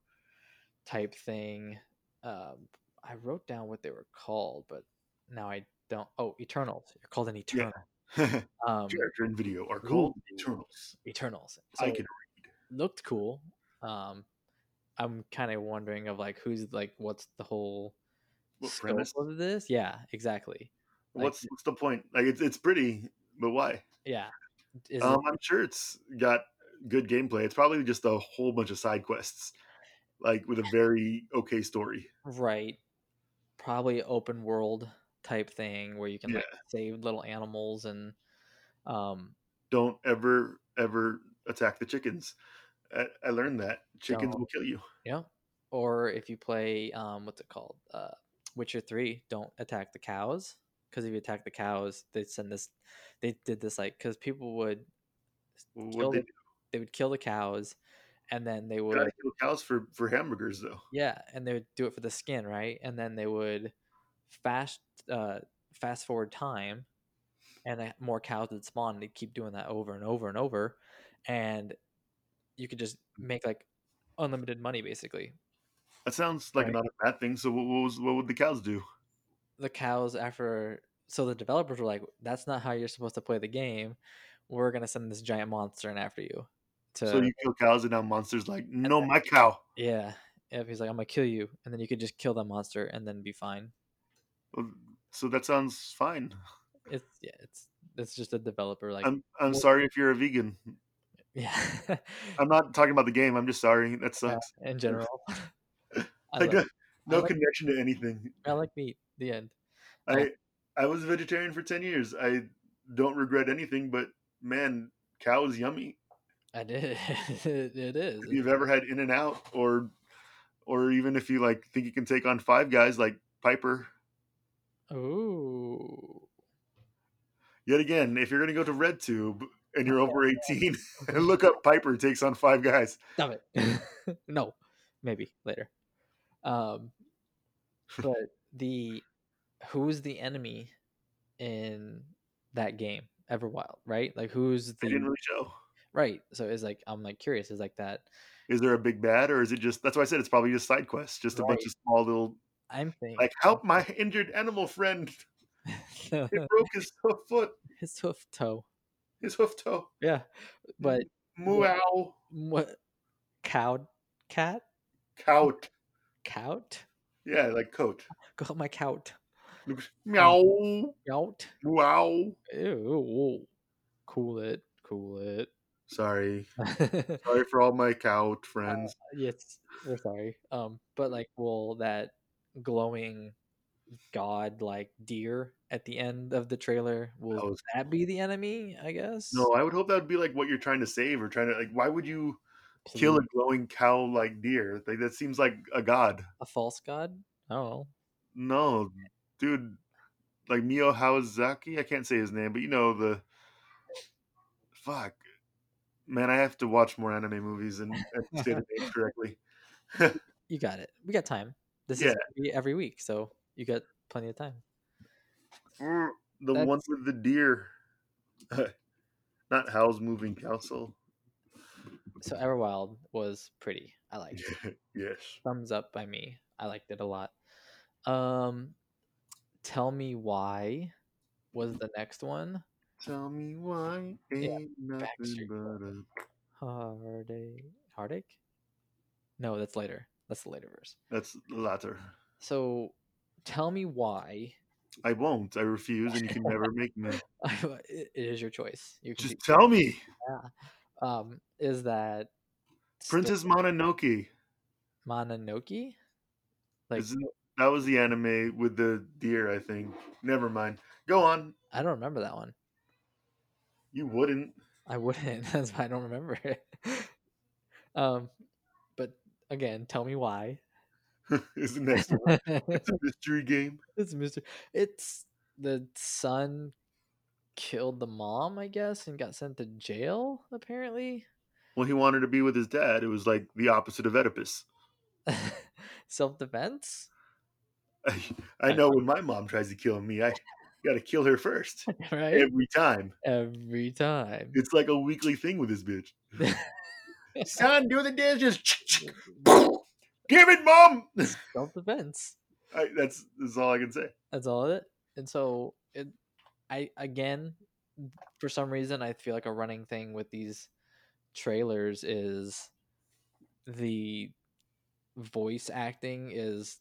Speaker 2: type thing. Um, I wrote down what they were called, but now I don't. Oh, Eternals. You're called an Eternal.
Speaker 1: (laughs)
Speaker 2: Um,
Speaker 1: Character and video are called
Speaker 2: Ooh.
Speaker 1: Eternals.
Speaker 2: Eternals.
Speaker 1: I
Speaker 2: So-
Speaker 1: can.
Speaker 2: looked cool. Um, I'm kind of wondering of like who's like what's the whole
Speaker 1: What
Speaker 2: scope
Speaker 1: premise?
Speaker 2: of this? Yeah, exactly. like-
Speaker 1: What's what's the point? Like it's it's pretty, but why?
Speaker 2: Yeah, is
Speaker 1: Um, I'm sure it's got good gameplay. It's probably just a whole bunch of side quests, like with a very okay story.
Speaker 2: it right? Probably open world type thing where you can
Speaker 1: Yeah.
Speaker 2: like save little animals and um
Speaker 1: Don't ever, ever attack the chickens. I, I learned that chickens
Speaker 2: Don't.
Speaker 1: will kill you.
Speaker 2: yeah. Or if you play um what's it called uh Witcher three, don't attack the cows because if you attack the cows, they send this. They did this like because people would
Speaker 1: What
Speaker 2: kill
Speaker 1: they
Speaker 2: the, they would kill the cows and then they
Speaker 1: do,
Speaker 2: would
Speaker 1: gotta kill cows for for hamburgers though.
Speaker 2: Yeah, and they would do it for the skin, right? And then they would fast uh, fast forward time, and then more cows would spawn. And they'd keep doing that over and over and over, and you could just make like unlimited money basically.
Speaker 1: That sounds like
Speaker 2: Right.
Speaker 1: not a bad thing. So what, what was what would the cows do?
Speaker 2: The cows after so the developers were like, "That's not how you're supposed to play the game. We're gonna send this giant monster in after you." To
Speaker 1: So you kill cows and now monsters like no
Speaker 2: then-
Speaker 1: my cow.
Speaker 2: yeah, if he's like, "I'm gonna kill you," and then you could just kill that monster and then be fine.
Speaker 1: Well, So that sounds fine.
Speaker 2: It's yeah, it's it's just a developer like
Speaker 1: I'm I'm
Speaker 2: Well-
Speaker 1: sorry if you're a vegan.
Speaker 2: yeah.
Speaker 1: I'm not talking about the game. I'm just sorry. That
Speaker 2: Yeah,
Speaker 1: sucks.
Speaker 2: (laughs) in
Speaker 1: (laughs)
Speaker 2: general. I,
Speaker 1: Like,
Speaker 2: like,
Speaker 1: no
Speaker 2: like-
Speaker 1: connection to anything.
Speaker 2: I like meat. The end. Yeah.
Speaker 1: I I was a vegetarian for ten years. I don't regret anything, but man, cow is yummy.
Speaker 2: I did. (laughs) it is.
Speaker 1: If you've ever had In and Out or or even if you like think you can take on five guys like Piper.
Speaker 2: Ooh.
Speaker 1: Yet again, if you're gonna go to RedTube and you're over eighteen, (laughs) look up Piper takes on five guys.
Speaker 2: Stop it. (laughs) no, maybe later.
Speaker 1: (laughs)
Speaker 2: Um, but the who's the enemy in that game? Everwild, right? Like who's
Speaker 1: They didn't
Speaker 2: the
Speaker 1: really show.
Speaker 2: right? So it's like I'm like curious. Is like that
Speaker 1: Is there a big bad or is it just that's why I said it's probably just side quests, just a bunch
Speaker 2: Right.
Speaker 1: of small little
Speaker 2: I'm thinking (laughs)
Speaker 1: like help my injured animal friend. It broke his hoof foot,
Speaker 2: his hoof toe.
Speaker 1: his hoof toe.
Speaker 2: Yeah, but
Speaker 1: Meow.
Speaker 2: What? Cow? Cat?
Speaker 1: Cout. (laughs)
Speaker 2: Cout?
Speaker 1: Yeah, like coat.
Speaker 2: Go my cout.
Speaker 1: Meow.
Speaker 2: Cout?
Speaker 1: Wow.
Speaker 2: Ew. Cool it. Cool it. (laughs)
Speaker 1: (laughs) Sorry. Sorry for all my cout friends.
Speaker 2: yes, we're sorry. Um, but like, will that glowing god like deer at the end of the trailer will
Speaker 1: That was
Speaker 2: that be the enemy? I guess.
Speaker 1: No, I would hope that would be like what you're trying to save or trying to like why would you kill a
Speaker 2: Please,
Speaker 1: glowing cow like deer? Like that seems like a god.
Speaker 2: a false god. Oh,
Speaker 1: No, dude, like Mio Hawazaki, I can't say his name, but you know the fuck. Man, I have to watch more anime movies and, and say the names correctly.
Speaker 2: you got it. We got time. This
Speaker 1: Yeah.
Speaker 2: is gonna be every week, so you got plenty of time.
Speaker 1: Mm, The one
Speaker 2: That's-
Speaker 1: with the deer. (laughs) Not Howl's Moving Castle.
Speaker 2: So Everwild was pretty. I liked it.
Speaker 1: yes.
Speaker 2: Thumbs up by me. I liked it a lot. Um, tell me why was the next one
Speaker 1: Tell me why ain't nothing
Speaker 2: Backstreet
Speaker 1: but a
Speaker 2: heartache? Heartache? No, that's later. That's the later verse.
Speaker 1: That's the latter.
Speaker 2: So tell me why. (laughs)
Speaker 1: I won't. I refuse, and you can never make me.
Speaker 2: it it is your choice. You can
Speaker 1: Just
Speaker 2: do-
Speaker 1: tell me,
Speaker 2: um, is that
Speaker 1: Princess Mononoke.
Speaker 2: Mononoke? Like
Speaker 1: Isn't- that was the anime with the deer, I think. Never mind. Go on.
Speaker 2: I don't remember that one.
Speaker 1: You wouldn't. (laughs)
Speaker 2: I wouldn't. (laughs) That's why I don't remember it. (laughs) um, but again, tell me why. (laughs)
Speaker 1: Is the next one. It's a mystery game.
Speaker 2: it's Mister. It's the son killed the mom, I guess, and got sent to jail. Apparently, (laughs)
Speaker 1: Well, he wanted to be with his dad. It was like the opposite of Oedipus. (laughs)
Speaker 2: self defense.
Speaker 1: I, I know when my mom tries to kill me, I got to kill her first
Speaker 2: (laughs) (laughs) Right
Speaker 1: every time.
Speaker 2: every
Speaker 1: (laughs)
Speaker 2: time. (laughs)
Speaker 1: It's like a weekly thing with this bitch. Son, do the dishes.
Speaker 2: (laughs)
Speaker 1: Give it, mom.
Speaker 2: self defense.
Speaker 1: I, that's that's all I can say.
Speaker 2: That's all of it. And so it, I again, for some reason, I feel like a running thing with these trailers is the voice acting is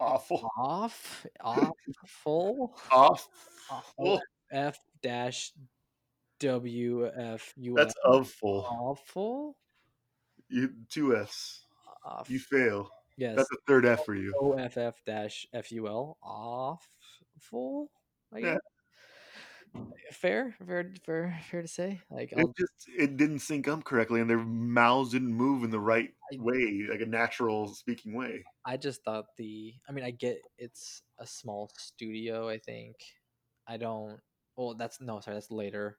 Speaker 1: Awful.
Speaker 2: off, awful,
Speaker 1: Awful.
Speaker 2: awful. F dash W F U.
Speaker 1: That's
Speaker 2: L.
Speaker 1: awful.
Speaker 2: awful.
Speaker 1: You two F's.
Speaker 2: Off.
Speaker 1: You fail.
Speaker 2: yes.
Speaker 1: That's a third F for you.
Speaker 2: O F F dash F U L awful. I
Speaker 1: Yeah.
Speaker 2: guess. Fair, fair, fair, fair to say. Like, um
Speaker 1: It
Speaker 2: I'll-
Speaker 1: just it didn't sync up correctly, and their mouths didn't move in the right
Speaker 2: I-
Speaker 1: way, like a natural speaking way.
Speaker 2: I just thought the. I mean, I get it's a small studio. I think. I don't. Well, that's no. Sorry, that's later.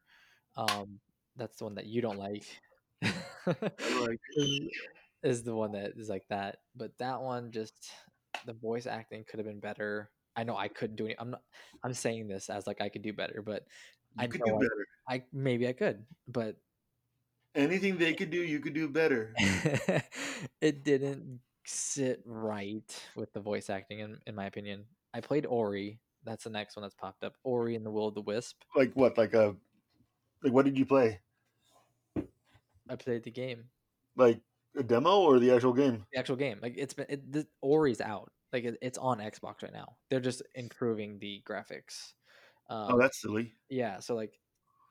Speaker 2: Um, that's the one that you don't (laughs) like.
Speaker 1: Like,
Speaker 2: is- is the one that is like that. But that one just the voice acting could have been better. I know I couldn't do any. I'm not. I'm saying this as like I could do better, but I
Speaker 1: you could
Speaker 2: know
Speaker 1: do
Speaker 2: I-
Speaker 1: better.
Speaker 2: I maybe I could. But (laughs)
Speaker 1: Anything they could do, you could do better.
Speaker 2: Eh. it didn't sit right with the voice acting, in, in my opinion. I played Ori. That's the next one that's popped up. Ori and the Will of the Wisp.
Speaker 1: Like what? Like a like what did you play?
Speaker 2: I played the game,
Speaker 1: Like a demo or the actual game?
Speaker 2: the actual game. Like it's been it, the, Ori's out. Like it, it's on Xbox right now. They're just improving the graphics. Um,
Speaker 1: Oh, that's silly.
Speaker 2: yeah so like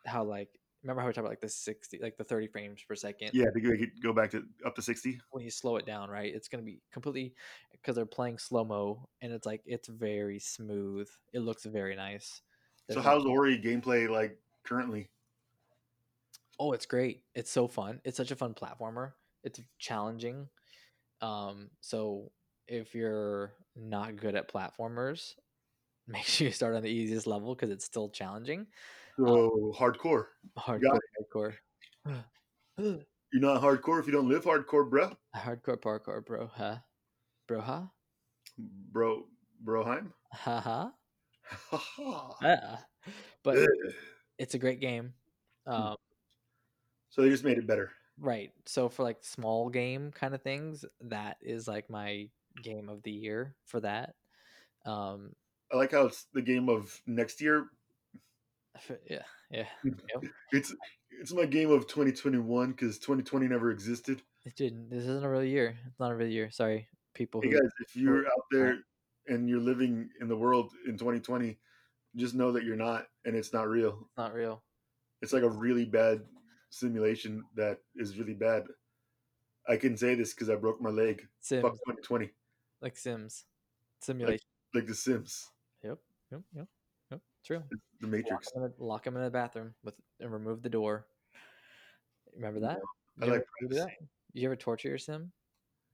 Speaker 2: how like remember how we talked about like the 60 like the 30 frames per second
Speaker 1: Yeah, to make it go back to up to sixty.
Speaker 2: when you slow it down right it's going to be completely because they're playing slow mo and it's like it's very smooth it looks very nice
Speaker 1: So
Speaker 2: There's no-
Speaker 1: how's Ori gameplay like currently?
Speaker 2: oh it's great it's so fun it's such a fun platformer it's challenging um so if you're not good at platformers (laughs) make sure you start on the easiest level because it's still challenging Um
Speaker 1: So hardcore.
Speaker 2: hardcore hardcore
Speaker 1: You're not hardcore if you don't live hardcore, bruh.
Speaker 2: Hardcore parkour, bro, huh? Bro, huh?
Speaker 1: Bro, (laughs) Broheim.
Speaker 2: Ha ha.
Speaker 1: so
Speaker 2: Ah. Uh-huh. But it's a great game.
Speaker 1: Mm.
Speaker 2: Um,
Speaker 1: they just made it better.
Speaker 2: right. So for like small game kind of things, that is like my game of the year for that. Um,
Speaker 1: I like how it's the game of next year.
Speaker 2: f- yeah, yeah.
Speaker 1: It's It's my game of 2021 because 2020 never existed.
Speaker 2: It didn't. This isn't a real year. It's not a real year. Sorry, people.
Speaker 1: Hey
Speaker 2: Who, oh,
Speaker 1: guys, if you're out there and you're living in the world in 2020, just know that you're not, and it's not real.
Speaker 2: It's not real.
Speaker 1: It's like a really bad simulation that is really bad. I can say this because I broke my leg.
Speaker 2: Sims,
Speaker 1: Fuck 2020,
Speaker 2: like Sims, simulation.
Speaker 1: like The Sims,
Speaker 2: Yep. Yep. Yep. Yep. True.
Speaker 1: The
Speaker 2: Lock
Speaker 1: Matrix.
Speaker 2: him, in, lock him in the bathroom with and remove the door. Remember that?
Speaker 1: I
Speaker 2: You
Speaker 1: like
Speaker 2: ever do
Speaker 1: privacy.
Speaker 2: that? You ever torture your sim?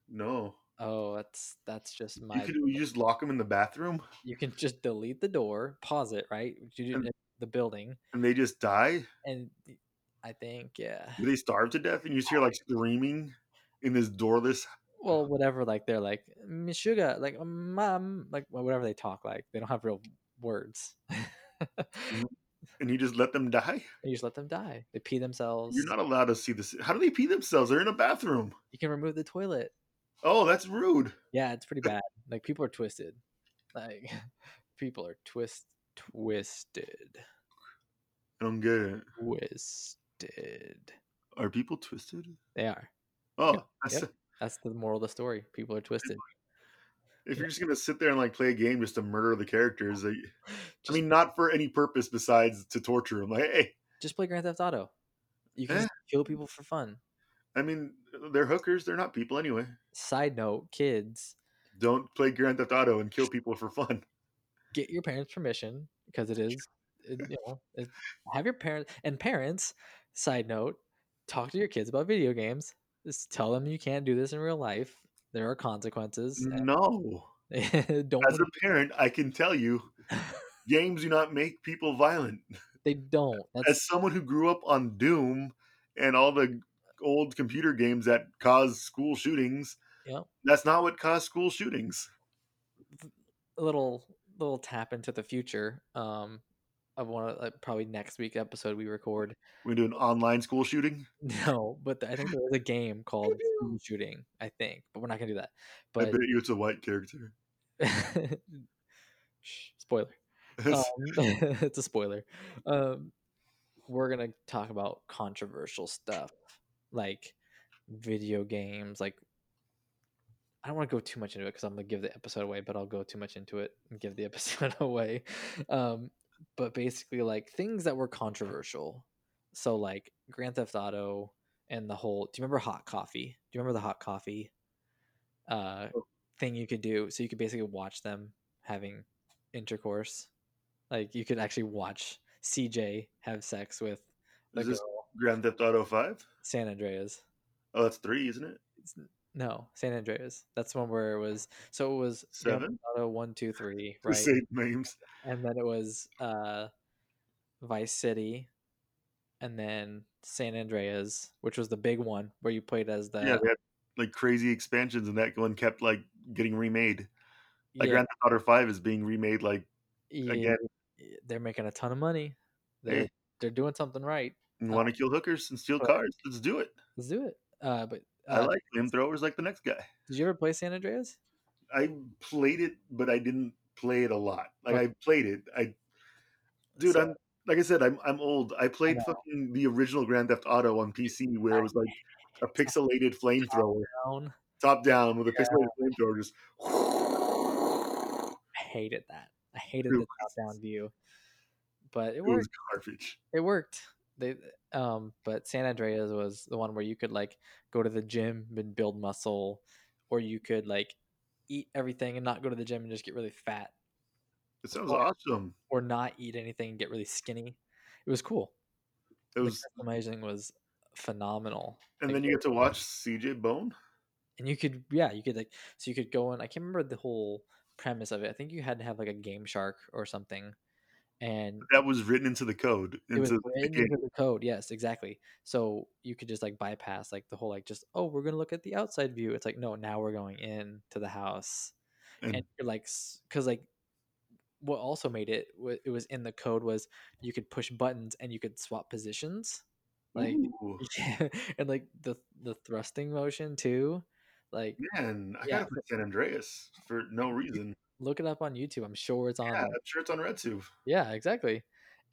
Speaker 1: No,
Speaker 2: Oh, that's that's just my.
Speaker 1: you could you just lock them in the bathroom
Speaker 2: you can just delete the door, pause it, right? You do
Speaker 1: And-
Speaker 2: the building,
Speaker 1: and they just die.
Speaker 2: and y- I think yeah.
Speaker 1: Do they starve to death? And you just hear like screaming in this doorless.
Speaker 2: Well, whatever. Like they're like Mishuga, like um, mom, like well, whatever they talk like. They don't have real words. (laughs) you
Speaker 1: And you just let them die.
Speaker 2: just let them die. They pee themselves.
Speaker 1: Mm-hmm. You're not allowed to see this. How do they pee themselves? They're in a bathroom.
Speaker 2: you can remove the toilet.
Speaker 1: Oh, that's rude.
Speaker 2: Yeah, it's pretty bad. Like people are twisted. Like (laughs) people are twist twisted.
Speaker 1: I don't get it.
Speaker 2: Twisted.
Speaker 1: Are people twisted?
Speaker 2: They are.
Speaker 1: Oh, that's,
Speaker 2: Yep. That's the moral of the story. People are twisted.
Speaker 1: if you're just gonna sit there and like play a game just to murder the characters, like, I
Speaker 2: (laughs) Just-
Speaker 1: mean, not for any purpose besides to torture them. Like, hey,
Speaker 2: Just play Grand Theft Auto. You can
Speaker 1: Yeah.
Speaker 2: just kill people for fun.
Speaker 1: I mean, they're hookers. They're not people anyway.
Speaker 2: Side note, kids,
Speaker 1: Don't play Grand Theft Auto and kill people for fun.
Speaker 2: get your parents' permission because it is, it, you (laughs) know, it, have your parents and parents. Side note, talk to your kids about video games. Just tell them you can't do this in real life. There are consequences. and
Speaker 1: No.
Speaker 2: (laughs) don't
Speaker 1: As a parent, I can tell you, games do not make people violent.
Speaker 2: they don't. That's
Speaker 1: As someone who grew up on Doom and all the old computer games that cause school shootings,
Speaker 2: Yep.
Speaker 1: that's not what caused school shootings.
Speaker 2: a little little tap into the future. Um, of one of like, probably next week episode we record.
Speaker 1: We do an online school shooting.
Speaker 2: (laughs) No, but I think there is a game called School Shooting. I think, but we're not gonna do that.
Speaker 1: I
Speaker 2: But
Speaker 1: bet you it's a white character. (laughs)
Speaker 2: (laughs) Shh, spoiler. Um, (laughs) it's a spoiler. Um, we're gonna talk about controversial stuff like video games. Like, I don't want to go too much into it because I'm gonna give the episode away, but I'll go too much into it and give the (laughs) episode away. Um, but basically, like things that were controversial. So, like Grand Theft Auto and the whole. Do you remember hot coffee? Do you remember the hot coffee? Uh, thing you could do so you could basically watch them having intercourse like you could actually watch cj have sex with the
Speaker 1: Is this
Speaker 2: girl,
Speaker 1: Grand Theft Auto Five?
Speaker 2: san andreas
Speaker 1: Oh, that's three, isn't it?
Speaker 2: no san andreas that's one where it was so it was Grand
Speaker 1: Seven?
Speaker 2: Theft Auto one two three
Speaker 1: (laughs) The
Speaker 2: right
Speaker 1: same names.
Speaker 2: and then it was uh vice city and then san andreas which was the big one where you played as the
Speaker 1: yeah, they had like crazy expansions, and that one kept like getting remade. Like
Speaker 2: yeah,
Speaker 1: Grand Theft Auto Five is being remade. Like again.
Speaker 2: yeah, they're making a ton of money they're,
Speaker 1: Hey.
Speaker 2: they're doing something right
Speaker 1: you want to kill hookers and steal
Speaker 2: Uh right.
Speaker 1: cars? Let's do it.
Speaker 2: Let's do it. Uh, but
Speaker 1: I
Speaker 2: uh,
Speaker 1: like flamethrowers like the next guy.
Speaker 2: did you ever play San Andreas?
Speaker 1: I played it, but I didn't play it a lot. Like
Speaker 2: Okay.
Speaker 1: I played it. I dude,
Speaker 2: So-
Speaker 1: I'm like I said, I'm I'm old. I played
Speaker 2: know.
Speaker 1: fucking the original Grand Theft Auto on PC where it was like
Speaker 2: (laughs)
Speaker 1: a pixelated flamethrower,
Speaker 2: Down.
Speaker 1: top down with a pixelated flamethrower just
Speaker 2: I hated that. I hated
Speaker 1: True.
Speaker 2: the top-down view. But it
Speaker 1: it was
Speaker 2: worked.
Speaker 1: garbage.
Speaker 2: It worked. They um, but San Andreas was the one where you could like go to the gym and build muscle, or you could like eat everything and not go to the gym and just get really fat,
Speaker 1: It sounds
Speaker 2: Or-
Speaker 1: awesome.
Speaker 2: or not eat anything and get really skinny. It was cool.
Speaker 1: It was
Speaker 2: the customizing was phenomenal.
Speaker 1: and then you get to watch CJ Bone.
Speaker 2: and you could yeah you could like so you could go in i can't remember the whole premise of it i think you had to have like a game shark or something and
Speaker 1: That was written into the code.
Speaker 2: it was
Speaker 1: Into the
Speaker 2: written
Speaker 1: game.
Speaker 2: into the code yes exactly so you could just like bypass like the whole like just oh we're gonna look at the outside view it's like no now we're going in to the house
Speaker 1: And,
Speaker 2: and you're like because like what also made it wa- it was in the code was you could push buttons and you could swap positions like
Speaker 1: ooh,
Speaker 2: yeah,
Speaker 1: Mm.
Speaker 2: (laughs) and like the the thrusting motion too like
Speaker 1: man, I
Speaker 2: yeah.
Speaker 1: gotta put San Andreas for no reason.
Speaker 2: look it up on YouTube. I'm sure it's on.
Speaker 1: Yeah,
Speaker 2: Yeah,
Speaker 1: I'm sure it's on RedTube.
Speaker 2: exactly.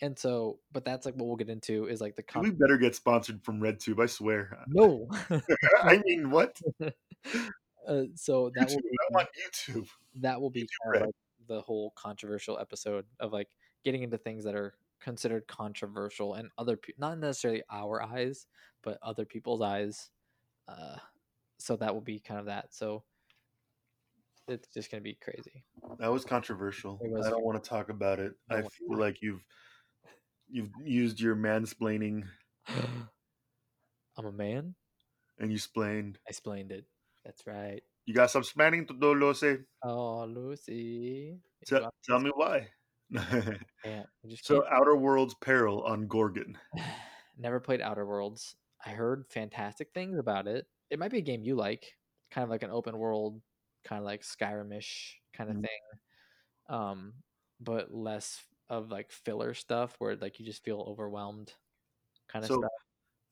Speaker 2: And so, but that's like what we'll get into is like the
Speaker 1: We
Speaker 2: con-
Speaker 1: better get sponsored from RedTube. I swear.
Speaker 2: no. (laughs)
Speaker 1: I mean, what? (laughs)
Speaker 2: uh, so that
Speaker 1: YouTube.
Speaker 2: will
Speaker 1: I want YouTube.
Speaker 2: that will be kind
Speaker 1: Right.
Speaker 2: of like the whole controversial episode of like getting into things that are considered controversial and other pe- not necessarily our eyes but other people's eyes uh so that will be kind of that so it's just gonna be crazy
Speaker 1: That was controversial.
Speaker 2: It was.
Speaker 1: I don't want to talk about it.
Speaker 2: No,
Speaker 1: I
Speaker 2: why
Speaker 1: feel
Speaker 2: not?
Speaker 1: like you've you've used your mansplaining
Speaker 2: i'm a man
Speaker 1: and you splained.
Speaker 2: i explained it that's right
Speaker 1: You got some splaining to do, Lucy.
Speaker 2: oh lucy you
Speaker 1: Tell,
Speaker 2: got
Speaker 1: tell
Speaker 2: this.
Speaker 1: me why. (laughs)
Speaker 2: Can't- I just
Speaker 1: so,
Speaker 2: can't.
Speaker 1: Outer Worlds Peril on Gorgon.
Speaker 2: (sighs) Never played Outer Worlds. I heard fantastic things about it. It might be a game you like, kind of like an open world, kind of like Skyrimish kind of
Speaker 1: Mhm.
Speaker 2: thing, um, but less of like filler stuff where like you just feel overwhelmed, kind of
Speaker 1: So,
Speaker 2: stuff.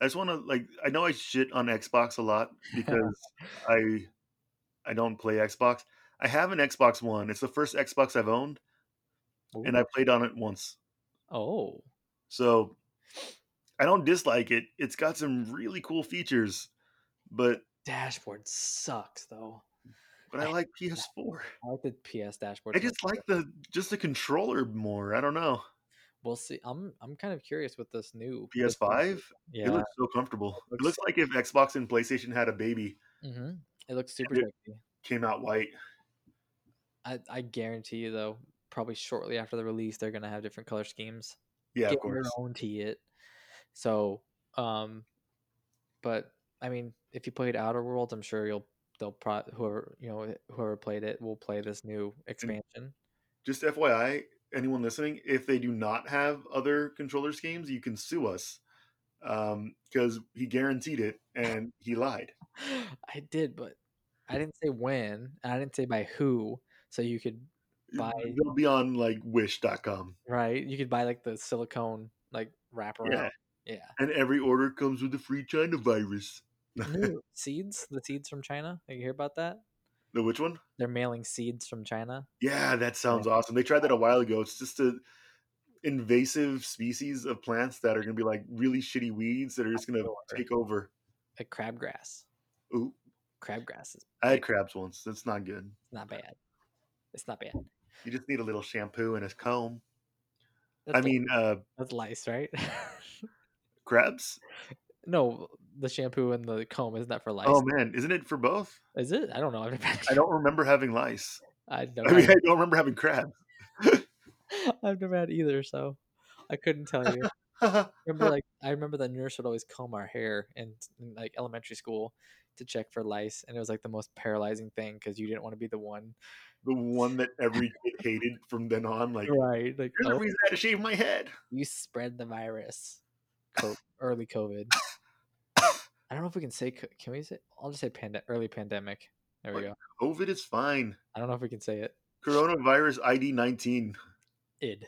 Speaker 1: I just want to like. I know I shit on Xbox a lot (laughs) because I I don't play Xbox. I have an Xbox One. It's the first Xbox I've owned, and
Speaker 2: Ooh.
Speaker 1: I played on it once.
Speaker 2: oh,
Speaker 1: So I don't dislike it. It's got some really cool features, but
Speaker 2: dashboard sucks though.
Speaker 1: but I
Speaker 2: I-
Speaker 1: like PS4.
Speaker 2: I like the PS dashboard.
Speaker 1: I
Speaker 2: more.
Speaker 1: just like the just the controller more. I don't know.
Speaker 2: We'll see. I'm I'm kind of curious with this new this new-
Speaker 1: PS5.
Speaker 2: Yeah,
Speaker 1: It looks so comfortable.
Speaker 2: It
Speaker 1: It looks like if Xbox and PlayStation had a baby,
Speaker 2: hmm it looks super
Speaker 1: it-
Speaker 2: sexy.
Speaker 1: came out white.
Speaker 2: I, I guarantee you though, probably shortly after the release, they're gonna have different color schemes.
Speaker 1: Yeah, of
Speaker 2: Get your
Speaker 1: course.
Speaker 2: own to it. So, um, but I mean, if you played Outer Worlds, I'm sure you'll they'll pro whoever you know whoever played it will play this new
Speaker 1: Mm.
Speaker 2: expansion. (gasps)
Speaker 1: Just FYI, anyone listening, if they do not have other controller schemes, you can sue us because he guaranteed it and he lied.
Speaker 2: I did, but I didn't say when, and I didn't say by who. So you could Buy-
Speaker 1: They'll be on like Wish.com,
Speaker 2: right, you could buy like the silicone like wrapper.
Speaker 1: Yeah.
Speaker 2: yeah.
Speaker 1: (laughs) and every order comes with a free China virus.
Speaker 2: Ooh, seeds, the seeds from China. Did you hear about that?
Speaker 1: The which one? Oh.
Speaker 2: They're mailing seeds from China.
Speaker 1: Yeah, that sounds awesome. They tried that a while ago. It's just a invasive species of plants that are going to be like really shitty weeds that are just going to
Speaker 2: Sure.
Speaker 1: take over.
Speaker 2: like crabgrass.
Speaker 1: Ooh,
Speaker 2: Crabgrass is
Speaker 1: I had crabs once. That's not good.
Speaker 2: not bad. It's not bad.
Speaker 1: You just need a little shampoo and a comb.
Speaker 2: That's
Speaker 1: I
Speaker 2: li-
Speaker 1: mean, uh,
Speaker 2: that's lice, right? (laughs)
Speaker 1: crabs.
Speaker 2: no, the shampoo and the comb is not for lice,
Speaker 1: Oh man, isn't it for both?
Speaker 2: is it? I don't know. I've never
Speaker 1: (laughs)
Speaker 2: had- (laughs)
Speaker 1: I don't remember having lice.
Speaker 2: I don't.
Speaker 1: I mean, I don't remember having crabs. (laughs)
Speaker 2: (laughs) I've never had either, so I couldn't tell
Speaker 1: (laughs)
Speaker 2: you. remember, like I remember the nurse would always comb our hair in, in like elementary school to check for lice, and it was like the most paralyzing thing because you didn't want to be the one,
Speaker 1: the one that every (laughs) kid hated from then on. Like, you're
Speaker 2: right? Like
Speaker 1: the
Speaker 2: oh,
Speaker 1: reason I had to shave my head.
Speaker 2: you spread the virus.
Speaker 1: (laughs)
Speaker 2: Co- early COVID. I don't know if we can say. co- Can we say? I'll just say pande- early pandemic. There we
Speaker 1: Like-
Speaker 2: go.
Speaker 1: COVID is fine.
Speaker 2: I don't know if we can say it.
Speaker 1: Coronavirus ID nineteen.
Speaker 2: Id.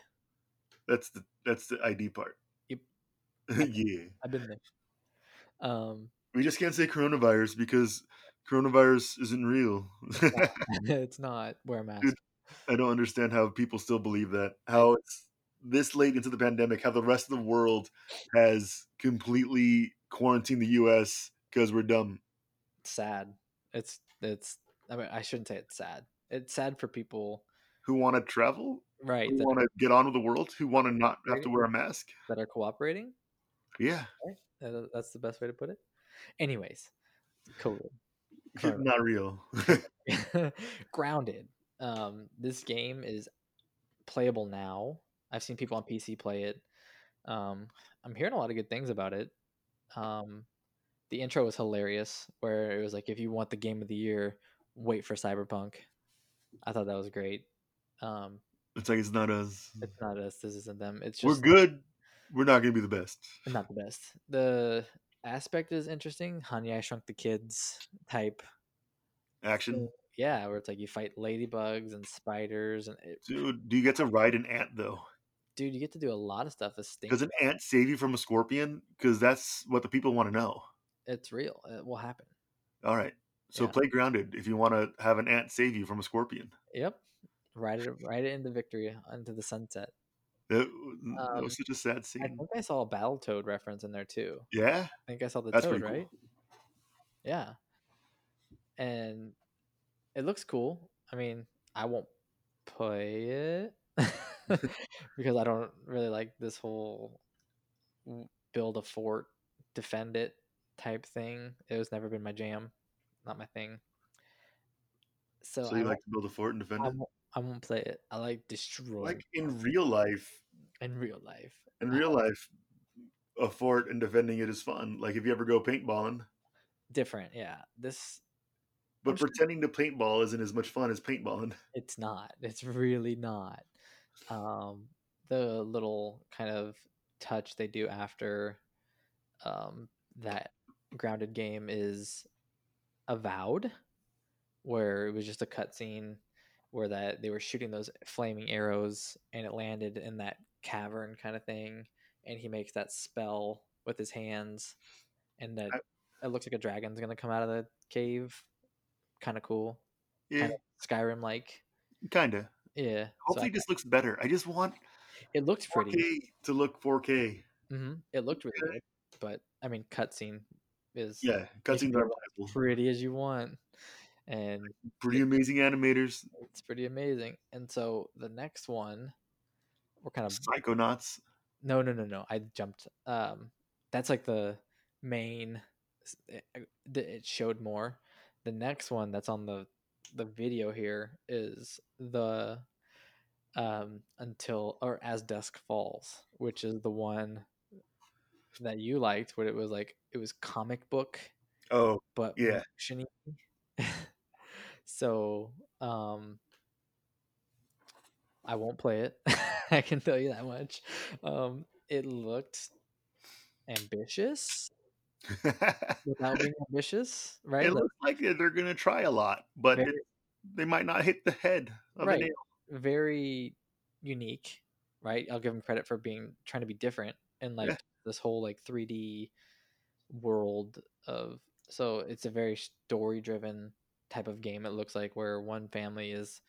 Speaker 1: That's the that's the ID part.
Speaker 2: Yep.
Speaker 1: (laughs) yeah.
Speaker 2: I've been there.
Speaker 1: (laughs)
Speaker 2: Um, (laughs)
Speaker 1: We just can't say coronavirus because coronavirus isn't real.
Speaker 2: it's not wear a mask.
Speaker 1: Dude. (laughs) I don't understand how people still believe that. How it's this late into the pandemic, how the rest of the world has completely quarantined the US because we're dumb.
Speaker 2: It's sad. It's it's. I mean, I shouldn't say it's sad. It's sad for people,
Speaker 1: Who want to travel?
Speaker 2: right?
Speaker 1: Who
Speaker 2: That,
Speaker 1: want to get on with the world? Who want to not have to
Speaker 2: Cooperating?
Speaker 1: wear a mask?
Speaker 2: that are cooperating.
Speaker 1: Yeah.
Speaker 2: Uh, That's the best way to put it. Anyways, COVID. Corona.
Speaker 1: (laughs) Not real.
Speaker 2: (laughs) grounded um this game is playable now i've seen people on pc play it um i'm hearing a lot of good things about it um the intro was hilarious where it was like if you want the game of the year wait for cyberpunk i thought that was great um
Speaker 1: it's like it's not us.
Speaker 2: it's not us this isn't them it's
Speaker 1: Hmm. we're
Speaker 2: just
Speaker 1: good. We're not going to be the best.
Speaker 2: not the best the aspect is interesting honey i shrunk the kids type
Speaker 1: Action.
Speaker 2: yeah where it's like you fight ladybugs and spiders and it,
Speaker 1: Dude, do you get to ride an ant though?
Speaker 2: dude you get to do a lot of stuff that stinks
Speaker 1: Does an ant save you from a scorpion? Because that's what the people want to know.
Speaker 2: it's real. It will happen.
Speaker 1: All right. So
Speaker 2: Yeah.
Speaker 1: play grounded if you want to have an ant save you from a scorpion.
Speaker 2: Yep. Ride it, ride it into victory, into the sunset.
Speaker 1: That, that was such a sad scene.
Speaker 2: Um, I think I saw a Battletoad reference in there too.
Speaker 1: yeah,
Speaker 2: I think I saw the
Speaker 1: that's
Speaker 2: toad,
Speaker 1: pretty cool.
Speaker 2: right? Yeah. And it looks cool. I mean, I won't play it
Speaker 1: (laughs)
Speaker 2: (laughs) because I don't really like this whole w- build a fort, defend it type thing. It was never been my jam, not my thing. So,
Speaker 1: So
Speaker 2: I,
Speaker 1: you
Speaker 2: won't,
Speaker 1: like to build a fort and defend
Speaker 2: I,
Speaker 1: it?
Speaker 2: won't, I won't play it. I like destroy
Speaker 1: Like in real life,
Speaker 2: in real life.
Speaker 1: in real life, a fort and defending it is fun. Like if you ever go paintballing,
Speaker 2: Different, yeah. This
Speaker 1: but
Speaker 2: I'm sure-
Speaker 1: pretending to paintball isn't as much fun as paintballing. (laughs)
Speaker 2: it's not it's really not um the little kind of touch they do after um that grounded game is avowed where it was just a cutscene where that they were shooting those flaming arrows and it landed in that cavern kind of thing and he makes that spell with his hands and that it looks like a dragon's gonna come out of the cave kind of cool
Speaker 1: Yeah,
Speaker 2: Kinda. Skyrim like.
Speaker 1: kinda.
Speaker 2: Yeah. so
Speaker 1: Hopefully,
Speaker 2: I-
Speaker 1: it just looks better. I just want
Speaker 2: it looked pretty.
Speaker 1: 4K to look 4K.
Speaker 2: hmm It looked really
Speaker 1: Okay.
Speaker 2: good, but I mean, cutscene is
Speaker 1: Yeah, cutscenes
Speaker 2: real
Speaker 1: are
Speaker 2: life.
Speaker 1: reliable.
Speaker 2: pretty as you want, and
Speaker 1: Pretty amazing animators.
Speaker 2: it's pretty amazing. And so the next one, we're kind of
Speaker 1: Psychonauts.
Speaker 2: no, no, no, no. I jumped. Um, that's like the main. s- It, it- it showed more. The next one that's on the the video here is the um until or as dusk falls, which is the one that you liked, where it was like it was comic book
Speaker 1: Oh,
Speaker 2: but
Speaker 1: Yeah.
Speaker 2: motion-y. (laughs) so um i won't play it (laughs) i can tell you that much um it looked ambitious
Speaker 1: (laughs) it
Speaker 2: without being ambitious right Like,
Speaker 1: looks like they're gonna try a lot, but
Speaker 2: Very-
Speaker 1: it, they might not hit the head of
Speaker 2: Right.
Speaker 1: the nail.
Speaker 2: very unique right i'll give him credit for being trying to be different and like
Speaker 1: Yeah.
Speaker 2: this whole like 3d world of so it's a very story driven type of game it looks like where one family is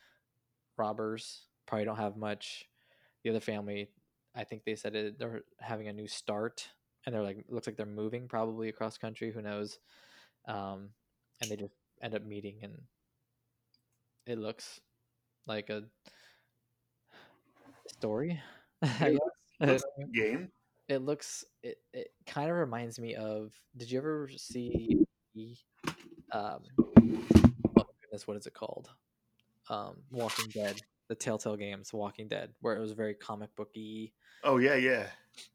Speaker 2: robbers probably don't have much the other family i think they said it, they're having a new start and they're like looks like they're moving probably across country who knows um and they just end up meeting and it looks like a story (laughs) I
Speaker 1: It
Speaker 2: guess.
Speaker 1: looks Game.
Speaker 2: it looks it, it kind of reminds me of did you ever see um oh goodness what is it called um walking dead the telltale games walking dead where it was very comic booky
Speaker 1: Oh yeah, yeah.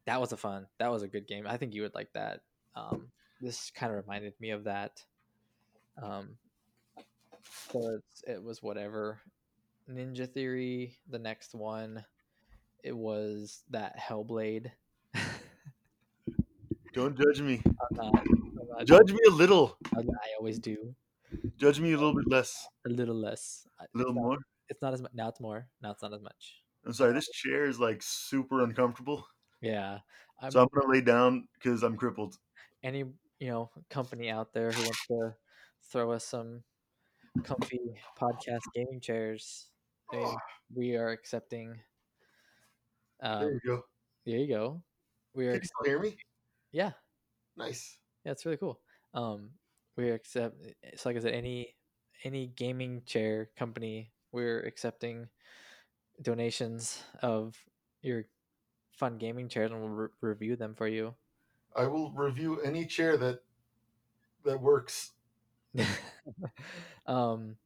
Speaker 2: that was a fun that was a good game i think you would like that um this kind of reminded me of that um so it's, it was whatever ninja theory the next one it was that hellblade (laughs)
Speaker 1: Don't judge me.
Speaker 2: not- I'm not-
Speaker 1: Judge me a little.
Speaker 2: I I always do
Speaker 1: Judge me a little bit less.
Speaker 2: a little less. I-
Speaker 1: A little
Speaker 2: it's not,
Speaker 1: more.
Speaker 2: It's not as much now. It's more now. It's not as much.
Speaker 1: I'm sorry. This chair is like super uncomfortable,
Speaker 2: Yeah. I'm,
Speaker 1: so I'm gonna lay down because I'm crippled.
Speaker 2: any you know company out there who wants to throw us some comfy podcast gaming chairs, I mean,
Speaker 1: Oh,
Speaker 2: we are accepting.
Speaker 1: there
Speaker 2: Um,
Speaker 1: we go.
Speaker 2: there you go. We
Speaker 1: (laughs)
Speaker 2: are.
Speaker 1: Can you
Speaker 2: Accept-
Speaker 1: still hear me?
Speaker 2: yeah.
Speaker 1: Nice.
Speaker 2: Yeah, it's really cool. Um, we accept. It's like I said, any any gaming chair company, we're accepting donations of your fun gaming chairs, and we'll re- review them for you.
Speaker 1: I will review any chair that that works.
Speaker 2: (laughs) um,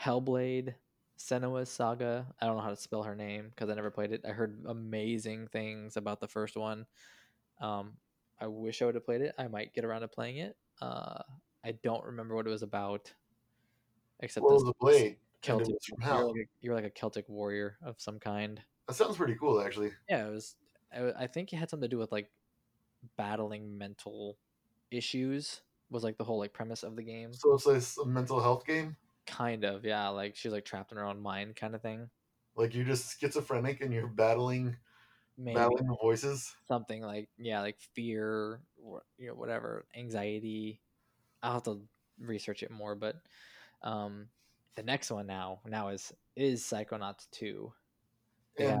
Speaker 2: Hellblade, Senua Saga. I don't know how to spell her name because I never played it. I heard amazing things about the first one. Um, I wish I would have played it. I might get around to playing it. Uh, I don't remember what it was about, except
Speaker 1: World
Speaker 2: this
Speaker 1: of the Blade. and it
Speaker 2: Celtic.
Speaker 1: was from
Speaker 2: You're
Speaker 1: hell.
Speaker 2: like, a, you're like a Celtic warrior of some kind.
Speaker 1: That sounds pretty cool, actually.
Speaker 2: Yeah, it was. I, w- I think it had something to do with like battling mental issues. Was like the whole like premise of the game.
Speaker 1: So it's like a mental health game.
Speaker 2: kind of yeah like she's like trapped in her own mind kind of thing
Speaker 1: Like you're just schizophrenic and you're battling
Speaker 2: maybe
Speaker 1: battling the voices.
Speaker 2: something like yeah like fear wha- you know whatever anxiety i'll have to research it more but um the next one now now is is psychonauts 2 they had
Speaker 1: And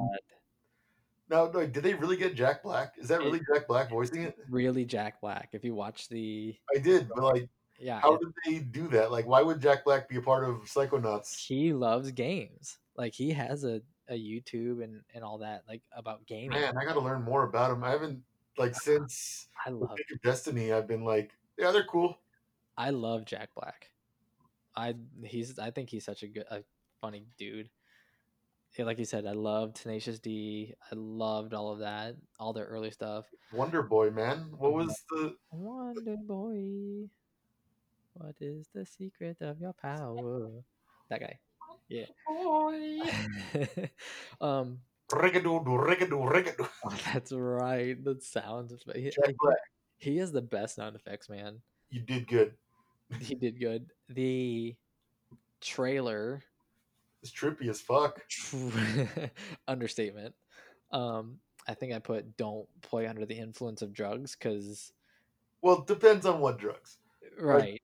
Speaker 1: Now, like, did they really get Jack Black? Is that really Jack Black voicing it?
Speaker 2: Really, Jack Black. If you watch the
Speaker 1: I did, but like,
Speaker 2: yeah,
Speaker 1: how
Speaker 2: it-
Speaker 1: did they do that? Like, why would Jack Black be a part of Psychonauts?
Speaker 2: he loves games. Like he has a, a YouTube and and all that like about gaming.
Speaker 1: Man, I got to learn more about him. I haven't (laughs) like since
Speaker 2: I
Speaker 1: the
Speaker 2: love
Speaker 1: Pick of Destiny. I've been like, yeah, they're cool.
Speaker 2: I love Jack Black. I he's I think he's such a good a funny dude. Yeah, like you said, I love Tenacious D. I loved all of that, all their early stuff.
Speaker 1: Wonder Boy, man. What was the?
Speaker 2: Wonder Boy, what is the secret of your power? That guy. (laughs) um, (laughs)
Speaker 1: Rigadoo, rigadoo, rigadoo.
Speaker 2: oh, that's right. The sound. effect- He,
Speaker 1: Jack Black,
Speaker 2: he has the best sound effects, man.
Speaker 1: you did good.
Speaker 2: He did good. The trailer
Speaker 1: It's trippy as fuck.
Speaker 2: (laughs) understatement. Um, I think I put don't play under the influence of drugs because
Speaker 1: Well, depends on what drugs.
Speaker 2: right,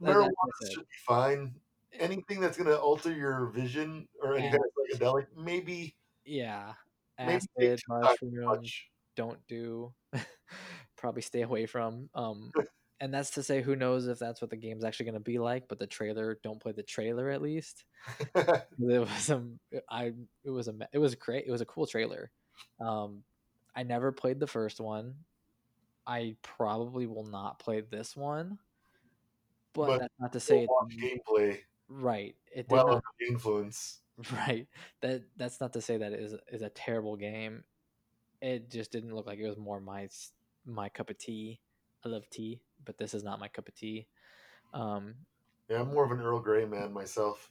Speaker 2: That- that's
Speaker 1: Marijuana
Speaker 2: what I
Speaker 1: should
Speaker 2: said.
Speaker 1: be fine. Anything that's gonna alter your vision or any kind of psychedelic, maybe
Speaker 2: yeah,
Speaker 1: Maybe
Speaker 2: acid,
Speaker 1: take some time
Speaker 2: mushrooms,
Speaker 1: much.
Speaker 2: don't do, (laughs) probably stay away from.
Speaker 1: (laughs)
Speaker 2: Um, and that's to say, who knows if that's what the game's actually going to be like? But the trailer, don't play the trailer at least.
Speaker 1: (laughs)
Speaker 2: it was a I it was a ma- it was great it was a cool trailer. Um, I never played the first one. I probably will not play this one, but,
Speaker 1: But
Speaker 2: that's not to say
Speaker 1: Say
Speaker 2: it,
Speaker 1: watch gameplay.
Speaker 2: right. It did
Speaker 1: Well,
Speaker 2: not-
Speaker 1: under the influence.
Speaker 2: (laughs) right. That that's not to say that it is is a terrible game. It just didn't look like it was more my s- my cup of tea. I love tea, but this is not my cup of tea. Um, (laughs)
Speaker 1: Yeah, I'm more of an Earl Grey man myself.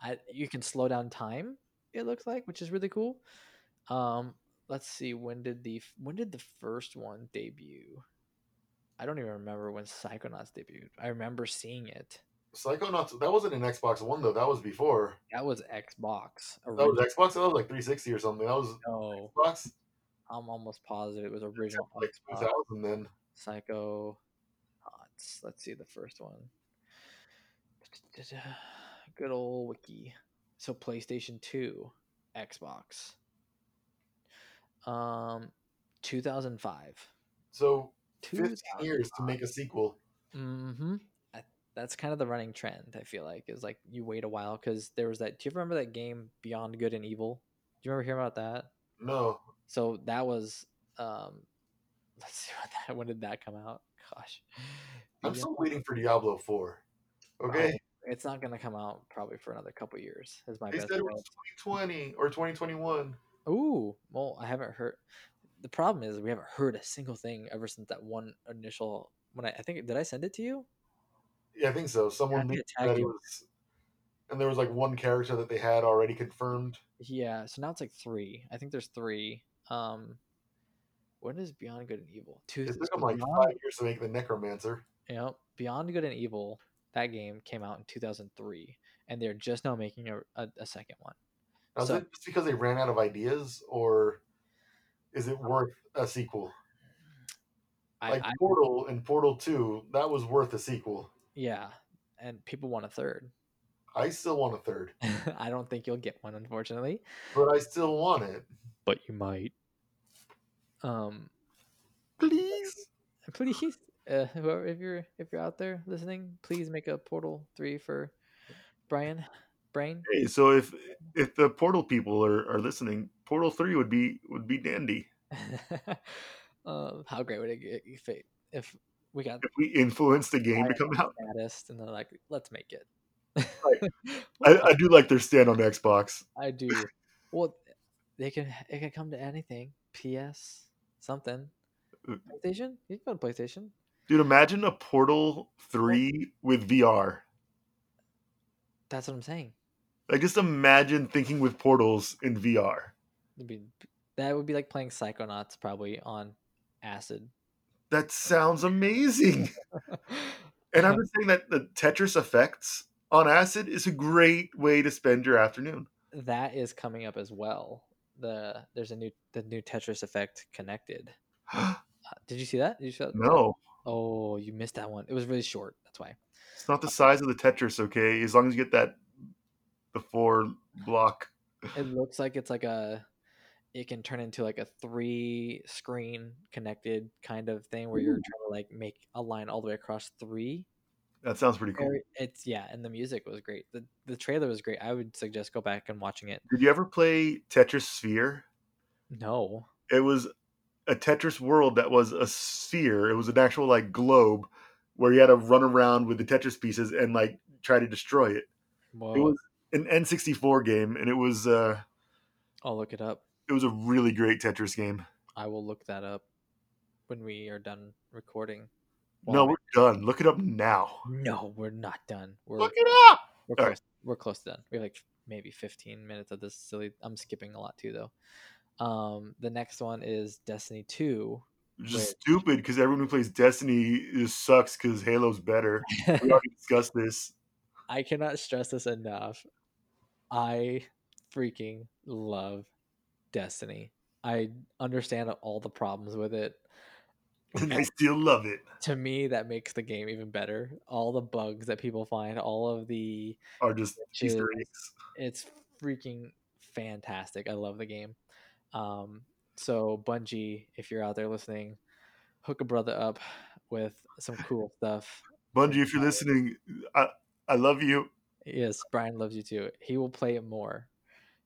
Speaker 2: I, you can slow down time. It looks like, which is really cool. Um, let's see when did the f- when did the first one debut? I don't even remember when Psychonauts debuted. I remember seeing it.
Speaker 1: Psychonauts. That wasn't an Xbox One though. That was before.
Speaker 2: That was Xbox.
Speaker 1: That was
Speaker 2: Original.
Speaker 1: Xbox. That was like 360 or something. That was
Speaker 2: No,
Speaker 1: Xbox.
Speaker 2: I'm almost positive it was original
Speaker 1: Like
Speaker 2: Xbox.
Speaker 1: 2000 then.
Speaker 2: Psychonauts. Let's see the first one. Good old wiki. So PlayStation 2, Xbox. Um 2005.
Speaker 1: So 15 years to make a sequel.
Speaker 2: Mm-hmm. That's kind of the running trend, I feel like, is like you wait a while because there was that. Do you remember that game Beyond Good and Evil? Do you remember hearing about that?
Speaker 1: No,
Speaker 2: So that was um (laughs) let's see when that when did that come out? Gosh.
Speaker 1: I'm
Speaker 2: Beyond-
Speaker 1: still waiting for Diablo 4. Okay,
Speaker 2: it's not gonna come out probably for another couple years. Is my
Speaker 1: they
Speaker 2: best
Speaker 1: said it
Speaker 2: guess.
Speaker 1: was 2020 or 2021.
Speaker 2: Ooh, well, I haven't heard. The problem is we haven't heard a single thing ever since that one initial. When I, I think did I send it to you?
Speaker 1: Yeah, I think so.
Speaker 2: I
Speaker 1: Someone
Speaker 2: think
Speaker 1: leaked
Speaker 2: it tagged
Speaker 1: that it
Speaker 2: you.
Speaker 1: was, and there was like one character that they had already confirmed.
Speaker 2: Yeah. So now it's like three. I think there's three. Um, when is Beyond Good and Evil? Two.
Speaker 1: It took
Speaker 2: so
Speaker 1: them like
Speaker 2: Beyond,
Speaker 1: five years to make the Necromancer.
Speaker 2: yep, Beyond Good and Evil. That game came out in 2003, and they're just now making a, a, a second one.
Speaker 1: Now,
Speaker 2: So-
Speaker 1: is it just because they ran out of ideas, or is it worth a sequel?
Speaker 2: I,
Speaker 1: Like
Speaker 2: I
Speaker 1: Portal and Portal 2, that was worth a sequel.
Speaker 2: yeah, and people want a third. (laughs)
Speaker 1: I still want a third,
Speaker 2: I don't think you'll get one, unfortunately.
Speaker 1: but I still want it.
Speaker 2: But you might. Um,
Speaker 1: Please.
Speaker 2: please uh, whoever if you're if you're out there listening please make a portal three for brian brain (laughs)
Speaker 1: Hey, so if if the Portal people are, are listening, Portal 3 would be would be dandy.
Speaker 2: um how great would it get if it, if we got
Speaker 1: if we influence the game to come out.
Speaker 2: status and they're like let's make it (laughs) What
Speaker 1: I, I do like their stand on Xbox.
Speaker 2: the- i do well they can it can come to anything ps something
Speaker 1: Uh,
Speaker 2: playstation you can go to playstation
Speaker 1: Dude, imagine a Portal 3 with VR.
Speaker 2: that's what i'm saying
Speaker 1: Like, just imagine thinking with portals in VR.
Speaker 2: It'd be, that would be like playing psychonauts probably on acid (laughs)
Speaker 1: That sounds amazing. (laughs) And I'm just saying that the Tetris effects on acid is a great way to spend your afternoon. (gasps)
Speaker 2: that is coming up as well. The there's a new the new Tetris effect connected. Uh, did you see that? Did you see that?
Speaker 1: no,
Speaker 2: Oh, you missed that one. It was really short. That's why.
Speaker 1: it's not the size of the Tetris, okay? As long as you get that the four block. (laughs)
Speaker 2: It looks like it's like a it can turn into like a three screen connected kind of thing where you're trying to like make a line all the way across three.
Speaker 1: That sounds pretty cool.
Speaker 2: Very- It's yeah, and the music was great. The the trailer was great. I would suggest go back and watching it.
Speaker 1: Did you ever play Tetris Sphere?
Speaker 2: No.
Speaker 1: It was a Tetris world that was a sphere. It was an actual like globe where you had to run around with the Tetris pieces and like try to destroy it.
Speaker 2: Whoa.
Speaker 1: It was an N64 game, and it was uh,
Speaker 2: I'll look it up.
Speaker 1: it was a really great Tetris game.
Speaker 2: I will look that up when we are done recording.
Speaker 1: no,
Speaker 2: Well,
Speaker 1: we're done. Look it up now.
Speaker 2: no, we're not done. We're
Speaker 1: Look it up.
Speaker 2: we're close.
Speaker 1: all right.
Speaker 2: We're close to done. We have like maybe 15 minutes of this silly. I'm skipping a lot too though. Um, the next one is Destiny 2.
Speaker 1: Just
Speaker 2: Wait.
Speaker 1: stupid because everyone who plays Destiny just sucks because Halo's better. We already discussed this.
Speaker 2: I cannot stress this enough. I freaking love Destiny. I understand all the problems with it.
Speaker 1: And I still love it.
Speaker 2: To me, that makes the game even better. All the bugs that people find, all of the
Speaker 1: Are just
Speaker 2: Which
Speaker 1: Easter
Speaker 2: is-
Speaker 1: eggs.
Speaker 2: it's freaking fantastic. I love the game. Um, so Bungie, if you're out there listening, hook a brother up with
Speaker 1: (laughs)
Speaker 2: some cool stuff.
Speaker 1: Bungie, if you're listening, I I love you.
Speaker 2: Yes, Brian loves you too. He will play it more.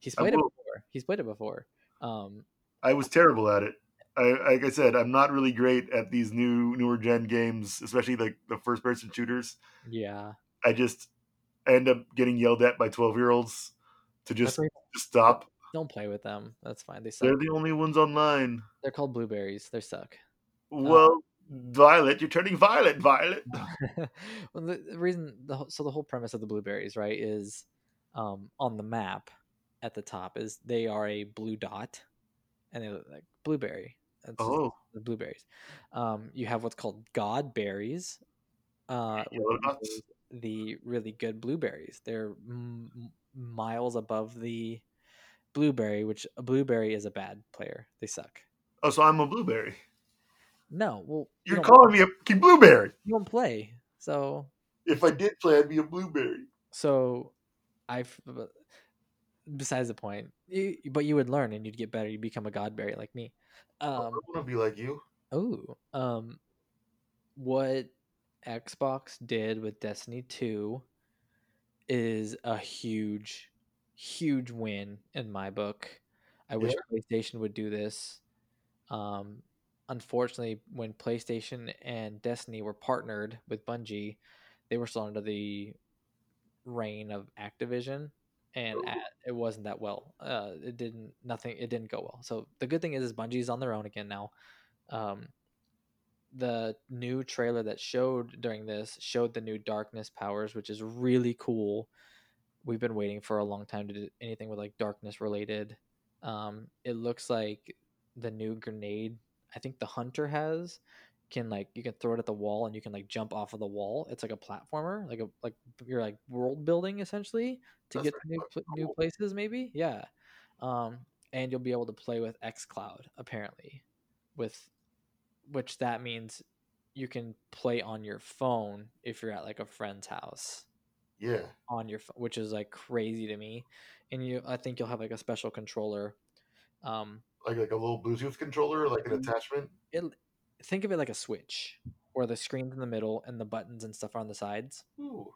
Speaker 2: He's
Speaker 1: I
Speaker 2: played it
Speaker 1: will.
Speaker 2: before. He's played it before. Um,
Speaker 1: I was terrible at it. I like I said, I'm not really great at these new newer gen games, especially like the first person shooters.
Speaker 2: yeah,
Speaker 1: I just I end up getting yelled at by 12 year olds to
Speaker 2: That's
Speaker 1: just,
Speaker 2: why
Speaker 1: just stop.
Speaker 2: (laughs) don't play with them. That's fine. They suck.
Speaker 1: They're
Speaker 2: They're,
Speaker 1: the only ones online.
Speaker 2: called blueberries. They suck. Uh-huh.
Speaker 1: Well, Violet, you're turning violet, Violet.
Speaker 2: (laughs) well, the, the reason, the, whole- so the whole premise of the blueberries, right, is um, on the map at the top is they are a blue dot, and they look like blueberry. That's
Speaker 1: Oh,
Speaker 2: the blueberries. Um, you have what's called god berries, uh, which
Speaker 1: Yellow dots.
Speaker 2: is the really good blueberries. They're m- m- miles above the blueberry, which a blueberry is a bad player. They suck.
Speaker 1: oh, so I'm a blueberry.
Speaker 2: No, well, you
Speaker 1: You're
Speaker 2: don't-
Speaker 1: calling me a fucking blueberry.
Speaker 2: you don't play, so
Speaker 1: If I did play, I'd be a blueberry.
Speaker 2: So, I. Besides the point, you, but you would learn and you'd get better. You'd become a godberry like me.
Speaker 1: I
Speaker 2: Um,
Speaker 1: want to be like you.
Speaker 2: oh, um, what Xbox did with Destiny Two is a huge, huge win in my book. I wish PlayStation would do this. Um, unfortunately, when PlayStation and Destiny were partnered with Bungie, they were still under the reign of Activision, and
Speaker 1: Ooh.
Speaker 2: at, it wasn't that well. Uh, it didn't nothing. It didn't go well. So the good thing is, is Bungie's on their own again now. Um, the new trailer that showed during this showed the new darkness powers, which is really cool. We've been waiting for a long time to do anything with like darkness related. Um, it looks like the new grenade. I think the hunter has can like you can throw it at the wall and you can like jump off of the wall. It's like a platformer, like a like you're like world building essentially to
Speaker 1: That's
Speaker 2: get
Speaker 1: pretty
Speaker 2: to new
Speaker 1: fucking
Speaker 2: pl- new
Speaker 1: cool.
Speaker 2: places maybe. Yeah, um, and you'll be able to play with X Cloud apparently, with which that means you can play on your phone if you're at like a friend's house
Speaker 1: Yeah.
Speaker 2: on your phone, which is like crazy to me. And you, I think you'll have like a special controller. Um,
Speaker 1: Like like a little Bluetooth controller, like
Speaker 2: Mm-hmm.
Speaker 1: an attachment.
Speaker 2: it think of it like a switch, where the screen's in the middle and the buttons and stuff are on the sides.
Speaker 1: Ooh.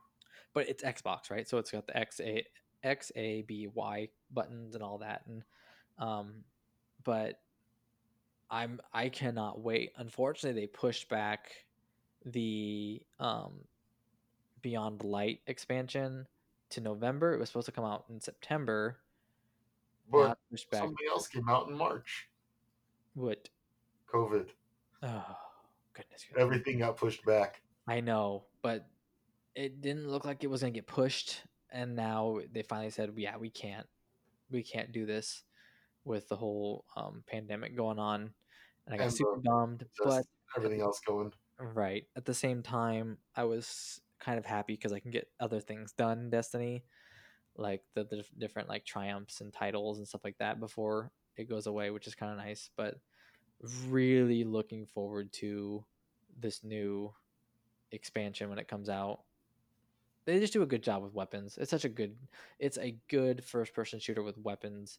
Speaker 2: But it's Xbox, right? So it's got the X A X A B Y buttons and all that. And um, but I'm I cannot wait. Unfortunately, they pushed back the um Beyond Light expansion to November. It was supposed to come out in September. now
Speaker 1: But
Speaker 2: it's pushed back.
Speaker 1: something else came out in March.
Speaker 2: What?
Speaker 1: COVID.
Speaker 2: Oh goodness. gracious.
Speaker 1: Everything got pushed back.
Speaker 2: I know, but it didn't look like it was gonna get pushed, and now they finally said, "Yeah, we can't, we can't do this with the whole um, pandemic going on." And I got
Speaker 1: And the
Speaker 2: super bummed, but
Speaker 1: Just everything else going.
Speaker 2: right at the same time, I was kind of happy because I can get other things done in Destiny, like the, the dif- different like triumphs and titles and stuff like that before it goes away, which is kind of nice. But really looking forward to this new expansion when it comes out. They just do a good job with weapons. It's such a good it's a good first person shooter with weapons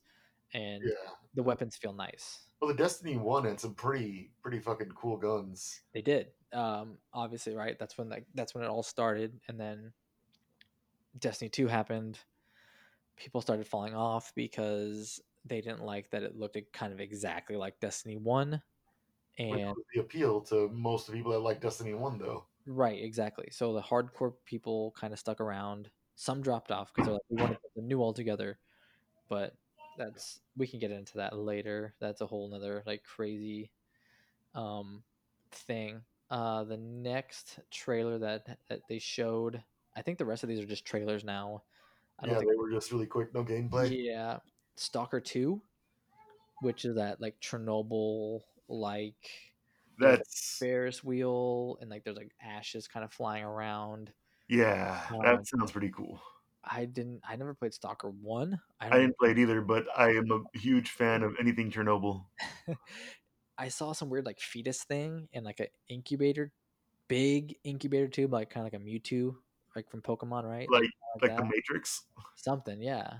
Speaker 2: and
Speaker 3: Yeah.
Speaker 2: the weapons feel nice.
Speaker 3: Well, the Destiny One had some pretty pretty fucking cool guns.
Speaker 2: They did. Um, obviously, right? That's when like that's when it all started, and then Destiny Two happened. People started falling off because they didn't like that it looked e-, kind of exactly like Destiny One,
Speaker 3: Which
Speaker 2: and
Speaker 3: was the appeal to most of the people that like Destiny One, though.
Speaker 2: right, exactly. So the hardcore people kind of stuck around. Some dropped off because they're like, we
Speaker 3: (clears throat)
Speaker 2: want to the new altogether, but that's we can get into that later. That's a whole nother like crazy um thing. Uh the next trailer that that they showed, I think the rest of these are just trailers now. I don't
Speaker 3: yeah,
Speaker 2: think
Speaker 3: they were just really quick, no gameplay.
Speaker 2: yeah. Stalker 2, which is that like Chernobyl like
Speaker 1: That's
Speaker 2: Ferris wheel and like there's like ashes kind of flying around.
Speaker 1: yeah,
Speaker 2: Um,
Speaker 1: that sounds pretty cool.
Speaker 2: I didn't I never played Stalker 1. I
Speaker 1: I
Speaker 2: don't (laughs)
Speaker 1: didn't play it either, but I am a huge fan of anything Chernobyl.
Speaker 2: (laughs) I saw some weird like fetus thing and like an incubator, big incubator tube, like kind of like a Mewtwo, like from Pokemon, right?
Speaker 1: Like
Speaker 2: Like
Speaker 1: like the
Speaker 2: that.
Speaker 1: Matrix.
Speaker 2: something, yeah.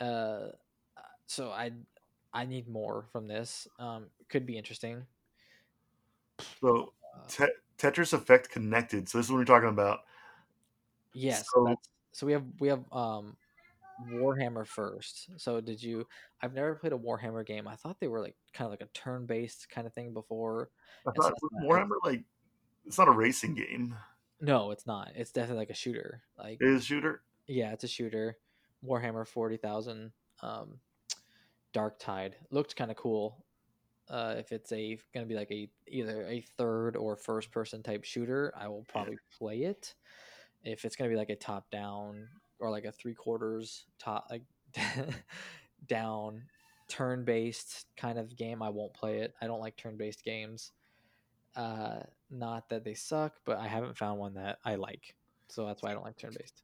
Speaker 2: Uh, so I, I need more from this. Um, could be interesting.
Speaker 1: So
Speaker 2: Uh.
Speaker 1: te- Tetris Effect connected. So this is what we're talking about.
Speaker 2: Yes.
Speaker 1: So-
Speaker 2: So, so we have we have um, Warhammer first. So did you? I've never played a Warhammer game. I thought they were like kind of like a turn-based kind of thing before.
Speaker 1: I
Speaker 2: It's
Speaker 1: thought
Speaker 2: not bad.
Speaker 1: Warhammer like it's not a racing game.
Speaker 2: No, it's not. It's definitely like a shooter. Like
Speaker 1: It is a shooter.
Speaker 2: yeah, it's a shooter. Warhammer forty thousand. Um, Dark Tide looked kind of cool. Uh, if it's a going to be like a either a third or first person type shooter, I will probably play it. If it's going to be like a top down or like a three quarters top like (laughs) down turn based kind of game, I won't play it. I don't like turn based games. Uh, not that they suck, but I haven't found one that I like, so that's why I don't like turn based.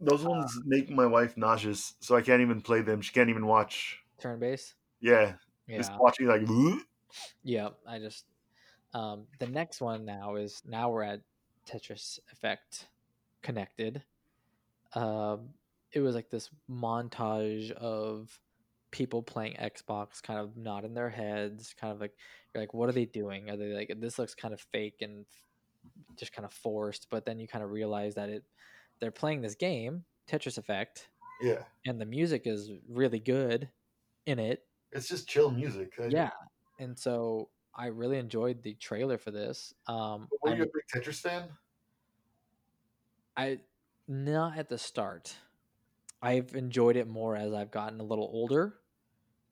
Speaker 1: Those
Speaker 2: Uh,
Speaker 1: ones make my wife nauseous, so I can't even play them. She can't even watch.
Speaker 2: Turn based,
Speaker 1: Yeah,
Speaker 2: yeah.
Speaker 1: just watching like "Bleh."
Speaker 2: Yeah, I just um, the next one now is now we're at Tetris Effect connected. Um, it was like this montage of people playing Xbox, kind of nodding their heads, kind of like you're like, what are they doing? Are they like this looks kind of fake and f- just kind of forced? But then you kind of realize that it they're playing this game Tetris Effect,
Speaker 3: Yeah,
Speaker 2: and the music is really good in it
Speaker 3: it's just chill music. I-
Speaker 2: yeah and so i really enjoyed the trailer for this um
Speaker 3: Were
Speaker 2: I,
Speaker 3: you a big Tetris fan?
Speaker 2: I not at the start i've enjoyed it more as i've gotten a little older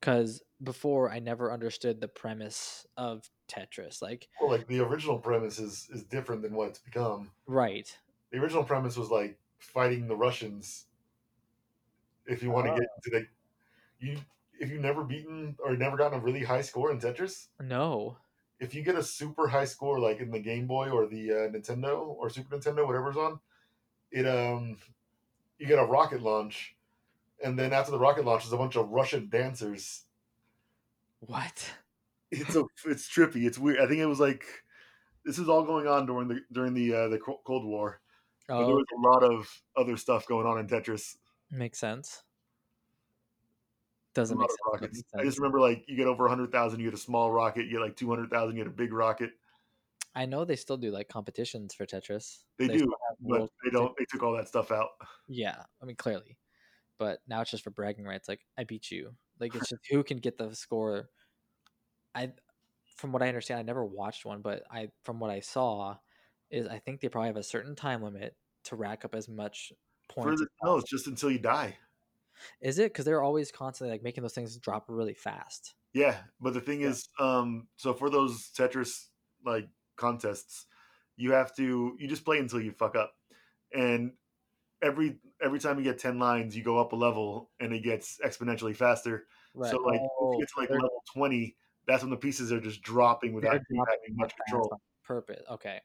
Speaker 2: because before i never understood the premise of tetris like
Speaker 3: Well, like the original premise is is different than what it's become.
Speaker 2: right
Speaker 3: The original premise was like fighting the Russians. If you want
Speaker 2: Oh.
Speaker 3: to get into the, you if you've never beaten or never gotten a really high score in Tetris,
Speaker 2: no
Speaker 3: if you get a super high score like in the Game Boy or the uh, Nintendo or Super Nintendo, whatever's on, it um, you get a rocket launch, and then after the rocket launch, there's a bunch of Russian dancers.
Speaker 2: what
Speaker 1: (laughs) It's a, it's trippy. It's weird. I think it was like this is all going on during the during the uh, the Co- Cold War. But there
Speaker 2: oh
Speaker 1: was a lot of other stuff going on in Tetris.
Speaker 2: makes sense
Speaker 1: A
Speaker 2: doesn't
Speaker 1: lot
Speaker 2: make
Speaker 1: of
Speaker 2: sense, but
Speaker 1: rockets.
Speaker 2: makes
Speaker 1: I
Speaker 2: sense.
Speaker 1: just remember like you get over hundred thousand, you get a small rocket. You get like two hundred thousand, you get a big rocket.
Speaker 2: I know they still do like competitions for Tetris.
Speaker 1: They do,
Speaker 2: still have
Speaker 1: But
Speaker 2: world
Speaker 1: they don't. They took all that stuff out.
Speaker 2: Yeah, I mean clearly, but now it's just for bragging rights. Like I beat you. Like it's just who can get the score. I, from what I understand, I never watched one, but I from what I saw, is I think they probably have a certain time limit to rack up as much
Speaker 1: For
Speaker 2: points.
Speaker 1: the,
Speaker 2: as
Speaker 1: no,
Speaker 2: possible.
Speaker 1: it's just until you die.
Speaker 2: Is it because they're always constantly like making those things drop really fast?
Speaker 1: Yeah, but the thing
Speaker 2: Yeah.
Speaker 1: is, um, so for those Tetris like contests, you have to you just play until you fuck up, and every every time you get ten lines, you go up a level, and it gets exponentially faster. So like if
Speaker 2: Oh,
Speaker 1: you get to like
Speaker 2: they're-
Speaker 1: level twenty, that's when the pieces are just dropping without
Speaker 2: they're
Speaker 1: you
Speaker 2: dropping
Speaker 1: having much
Speaker 2: fast
Speaker 1: control.
Speaker 2: on purpose. Okay,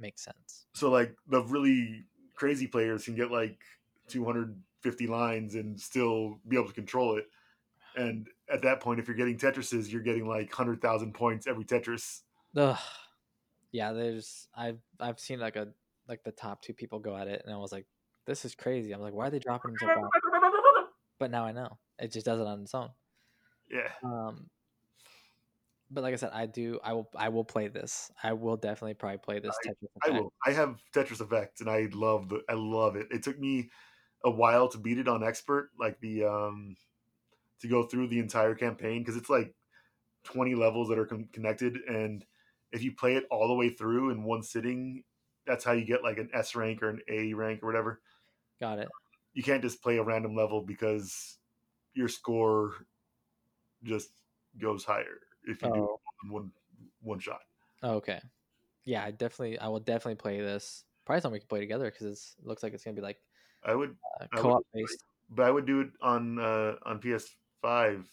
Speaker 2: makes sense.
Speaker 1: So like the really crazy players can get like two hundred fifty lines and still be able to control it. And at that point, if you're getting Tetrises, you're getting like hundred thousand points every Tetris.
Speaker 2: Ugh. Yeah, there's I've I've seen like a like the top two people go at it, and I was like,
Speaker 1: (laughs)
Speaker 2: this is crazy. I'm like, why are they dropping them so fast? But now I know it just does it on its own.
Speaker 1: Yeah.
Speaker 2: Um, but like I said, I do. I will. I will play this. I will definitely probably play this. Tetris
Speaker 1: I
Speaker 2: Effect.
Speaker 1: will. I have Tetris Effect, and I love the. I love it. It took me a while to beat it on expert, like the um, to go through the entire campaign because it's like twenty levels that are con- connected, and if you play it all the way through in one sitting, that's how you get like an S rank or an A rank or whatever.
Speaker 2: Got it.
Speaker 1: You can't just play a random level because your score just goes higher if you do
Speaker 2: Oh,
Speaker 1: it in one one shot.
Speaker 2: okay. Yeah, I definitely. I will definitely play this. Probably something we can play together because it looks like it's gonna be like
Speaker 1: I would
Speaker 2: uh,
Speaker 1: I would
Speaker 2: co-op based.
Speaker 1: but I would do it on uh, on PS5.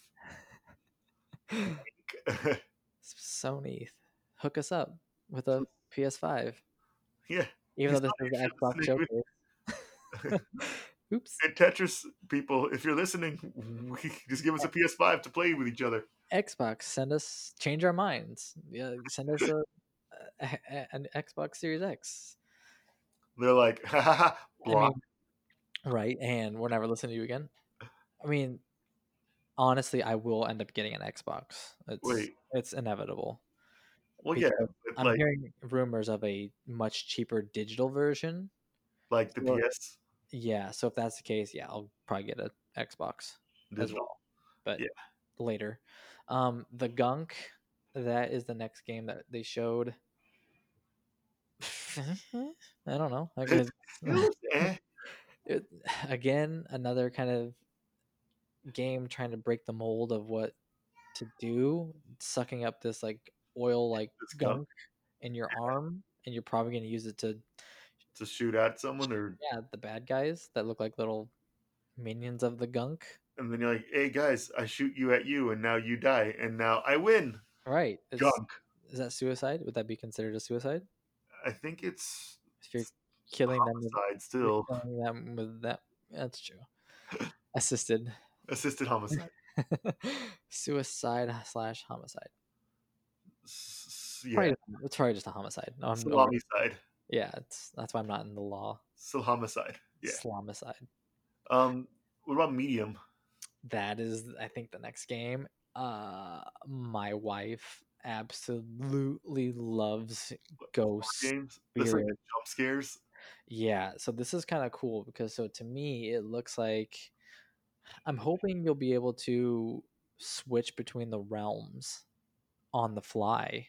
Speaker 2: (laughs) Sony, hook us up with
Speaker 1: (laughs)
Speaker 2: a PS5,
Speaker 1: (laughs) yeah,
Speaker 2: even though this
Speaker 1: Sony,
Speaker 2: is the
Speaker 1: if you're
Speaker 2: Xbox showcase. (laughs)
Speaker 1: (laughs)
Speaker 2: Oops.
Speaker 1: and Tetris people, if you're listening, (laughs) we, just give us a PS5 to play with each other.
Speaker 2: Xbox, send us change our minds. Yeah, send us a, a- a- an Xbox Series X.
Speaker 1: They're like, ha ha ha,
Speaker 2: I
Speaker 1: block.
Speaker 2: mean, right, and we'll never listen to you again. I mean, honestly, I will end up getting an Xbox. It's
Speaker 1: Wait,
Speaker 2: it's inevitable.
Speaker 1: well, yeah,
Speaker 2: because
Speaker 1: but
Speaker 2: I'm
Speaker 1: like
Speaker 2: hearing rumors of a much cheaper digital version.
Speaker 1: like the
Speaker 2: Well,
Speaker 1: PS
Speaker 2: Yeah, so if that's the case, yeah, I'll probably get an Xbox as
Speaker 1: digital.
Speaker 2: well. But
Speaker 1: Yeah.
Speaker 2: later. Um The Gunk, that is the next game that they showed.
Speaker 1: Mm-hmm.
Speaker 2: I don't know. I guess-
Speaker 1: It (laughs) looks eh.
Speaker 2: it, (sighs) again, another kind of game trying to break the mold of what to do, sucking up this like oil like
Speaker 1: This gunk.
Speaker 2: gunk in your arm, and you're probably going to use it to
Speaker 1: to shoot at someone, or
Speaker 2: yeah the bad guys that look like little minions of the gunk.
Speaker 1: and then you're like, hey guys, I shoot you at you, and now you die, and now I win.
Speaker 2: Right. It's,
Speaker 1: Gunk.
Speaker 2: Is that suicide? Would that be considered a suicide?
Speaker 1: I think it's
Speaker 2: If you're killing them with,
Speaker 1: homicide
Speaker 2: you're
Speaker 1: still,
Speaker 2: killing them with that, that's true. Assisted (laughs)
Speaker 1: assisted homicide.
Speaker 2: suicide slash homicide.
Speaker 1: S- s- yeah,
Speaker 2: Probably, it's probably just a homicide. No, I'm over-
Speaker 1: salami side,
Speaker 2: yeah, it's that's why I'm not in the law.
Speaker 1: still homicide. Yeah.
Speaker 2: Islamicide.
Speaker 1: Um, what about Medium?
Speaker 2: Oh, That is, I think, the next game. Uh, my wife absolutely loves ghosts.
Speaker 1: games. That's like the
Speaker 2: Weird.
Speaker 1: jump scares.
Speaker 2: Yeah, so this is kind of cool because so to me it looks like I'm hoping you'll be able to switch between the realms on the fly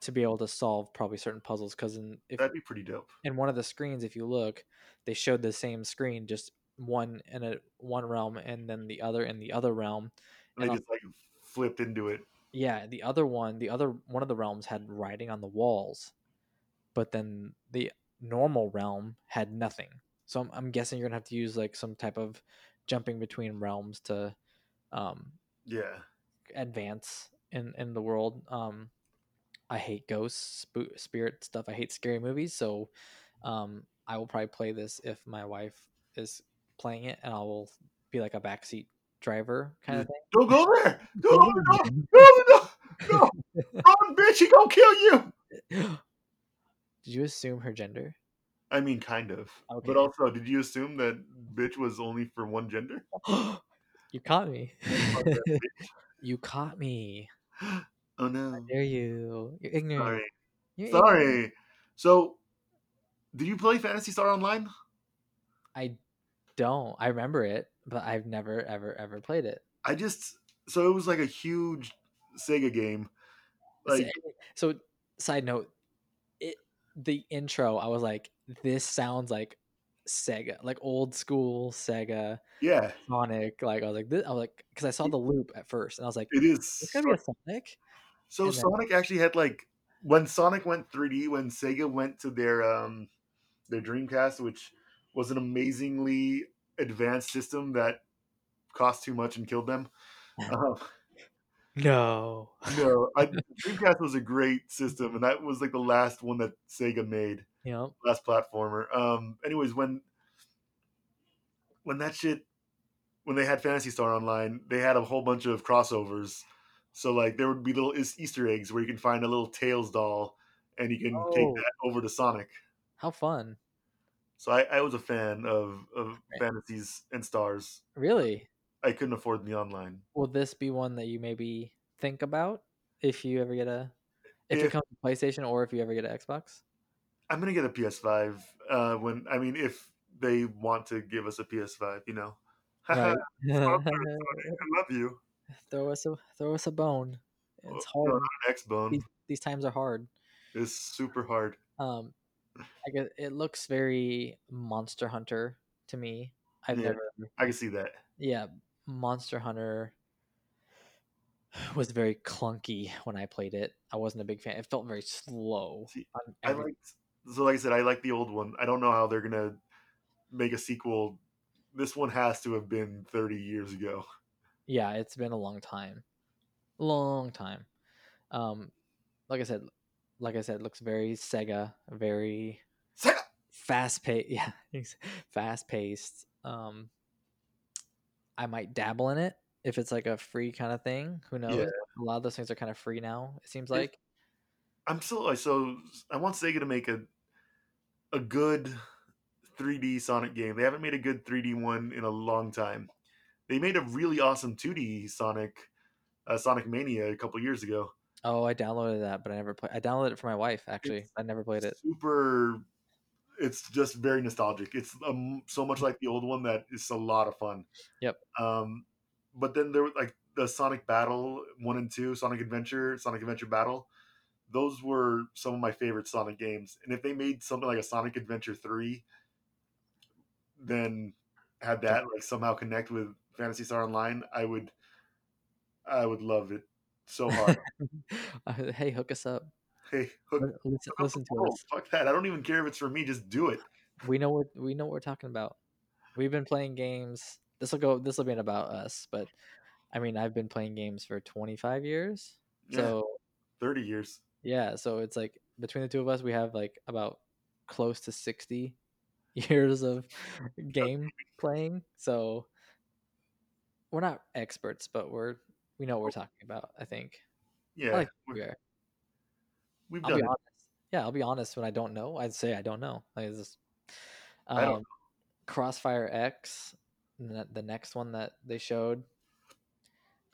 Speaker 2: to be able to solve probably certain puzzles cuz in if
Speaker 1: That'd be pretty dope.
Speaker 2: in one of the screens if you look they showed the same screen just one in a one realm and then the other in the other realm
Speaker 1: And they
Speaker 2: and
Speaker 1: just like flipped into it.
Speaker 2: yeah the other one the other one of the realms had writing on the walls but then the normal realm had nothing so i'm, I'm guessing you're gonna have to use like some type of jumping between realms to um
Speaker 1: Yeah.
Speaker 2: advance in in the world um i hate ghosts sp- spirit stuff i hate scary movies so um i will probably play this if my wife is playing it and i will be like a backseat driver kind of thing
Speaker 1: Don't go
Speaker 2: (laughs)
Speaker 1: there. Go over there. Go over there. No. Run, bitch. He gonna kill you.
Speaker 2: did you assume her gender
Speaker 1: I mean, kind of.
Speaker 2: Okay.
Speaker 1: But also, did you assume that bitch was only for one gender?
Speaker 2: you caught me.
Speaker 1: Fuck that
Speaker 2: you caught me.
Speaker 1: bitch. oh no.
Speaker 2: Dare you? You're ignorant.
Speaker 1: Sorry.
Speaker 2: You're ignorant.
Speaker 1: Sorry. So, did you play Fantasy Star Online?
Speaker 2: I don't. I remember it, but I've never, ever, ever played it.
Speaker 1: I just so it was like a huge Sega game.
Speaker 2: So-
Speaker 1: Like
Speaker 2: so, side note, it the intro. I was like, this sounds like Sega, like old school Sega
Speaker 1: yeah,
Speaker 2: Sonic. Like I was like, this, I was like, because I saw the loop at first, and I was like,
Speaker 1: it is.
Speaker 2: it's gonna be a Sonic.
Speaker 1: So
Speaker 2: And then-
Speaker 1: Sonic actually had like when Sonic went 3D, when Sega went to their um their Dreamcast, which was an amazingly advanced system that cost too much and killed them. Um,
Speaker 2: No.
Speaker 1: no, I, Dreamcast was a great system, and that was like the last one that Sega made,
Speaker 2: You know,
Speaker 1: last platformer. Um, anyways, when when that shit when they had Fantasy Star Online, they had a whole bunch of crossovers. So like there would be little is- Easter eggs where you can find a little Tails doll, and you can take
Speaker 2: Oh.
Speaker 1: that over to Sonic.
Speaker 2: how fun.
Speaker 1: So I, I was a fan of of
Speaker 2: Right.
Speaker 1: fantasies and stars.
Speaker 2: Really?
Speaker 1: I couldn't afford the online.
Speaker 2: Will this be one that you maybe think about if you ever get a if, it
Speaker 1: If-
Speaker 2: comes to PlayStation or if you ever get an Xbox?
Speaker 1: (laughs) I'm gonna get a PS5 uh, when I mean if they want to give us a PS5, you know. (laughs)
Speaker 2: Right.
Speaker 1: Sponsor it, Sony. I love you.
Speaker 2: throw us a throw us a bone.
Speaker 1: Oh,
Speaker 2: It's
Speaker 1: no,
Speaker 2: hard.
Speaker 1: not an X Bone.
Speaker 2: These, these times are hard.
Speaker 1: It's super hard. (sighs)
Speaker 2: Um, I guess it looks very Monster Hunter to me. I've
Speaker 1: Yeah.
Speaker 2: never
Speaker 1: I can see that.
Speaker 2: yeah, Monster Hunter was very clunky when I played it. I wasn't a big fan. It felt very slow.
Speaker 1: See,
Speaker 2: on
Speaker 1: I
Speaker 2: every-
Speaker 1: liked so like I said, I like the old one. I don't know how they're gonna make a sequel. This one has to have been 30 years ago.
Speaker 2: yeah, it's been a long time, long time. Um, like I said, like I said, looks very Sega, very
Speaker 1: Sega!
Speaker 2: fast paced. (laughs) Yeah, fast paced. Um, I might dabble in it if it's like a free kind of thing. Who knows? A lot of those things are kind of free now. It seems
Speaker 1: If-
Speaker 2: like.
Speaker 1: I'm still so I want Sega to make a a good 3D Sonic game. They haven't made a good 3D one in a long time. They made a really awesome 2D Sonic uh, Sonic Mania a couple years ago.
Speaker 2: Oh, I downloaded that, but I never played. I downloaded it for my wife actually. I never played it. (laughs)
Speaker 1: Super. It's just very nostalgic. It's um, so much like the old one that it's a lot of fun.
Speaker 2: Yep.
Speaker 1: Um, but then there were like the Sonic Battle one and two, Sonic Adventure, Sonic Adventure Battle. Those were some of my favorite Sonic games. And if they made something like a Sonic Adventure three, then had that like somehow connect with Fantasy Star Online, I would, I would love it
Speaker 2: (laughs)
Speaker 1: so hard.
Speaker 2: hey, hook us up.
Speaker 1: hey, hook,
Speaker 2: Li- Listen,
Speaker 1: Oh,
Speaker 2: listen to
Speaker 1: oh,
Speaker 2: us.
Speaker 1: Fuck that. I don't even care if it's for me. Just do it.
Speaker 2: We know what we know what we're talking about. We've been playing games. This will go. This will be an about us, but I mean, I've been playing games for 25 years.
Speaker 1: Yeah,
Speaker 2: So
Speaker 1: 30 years.
Speaker 2: yeah, so it's like between the two of us, we have like about close to 60 (laughs) years of game playing. So we're not experts, but we're we know what we're talking about. I think
Speaker 1: Yeah.
Speaker 2: like
Speaker 1: we-
Speaker 2: we are.
Speaker 1: We've
Speaker 2: I'll
Speaker 1: done
Speaker 2: be
Speaker 1: it.
Speaker 2: honest. Yeah, I'll be honest. When I don't know, I'd say I don't know. Like, it's just, um,
Speaker 1: I don't
Speaker 2: Crossfire X, n- the next one that they showed.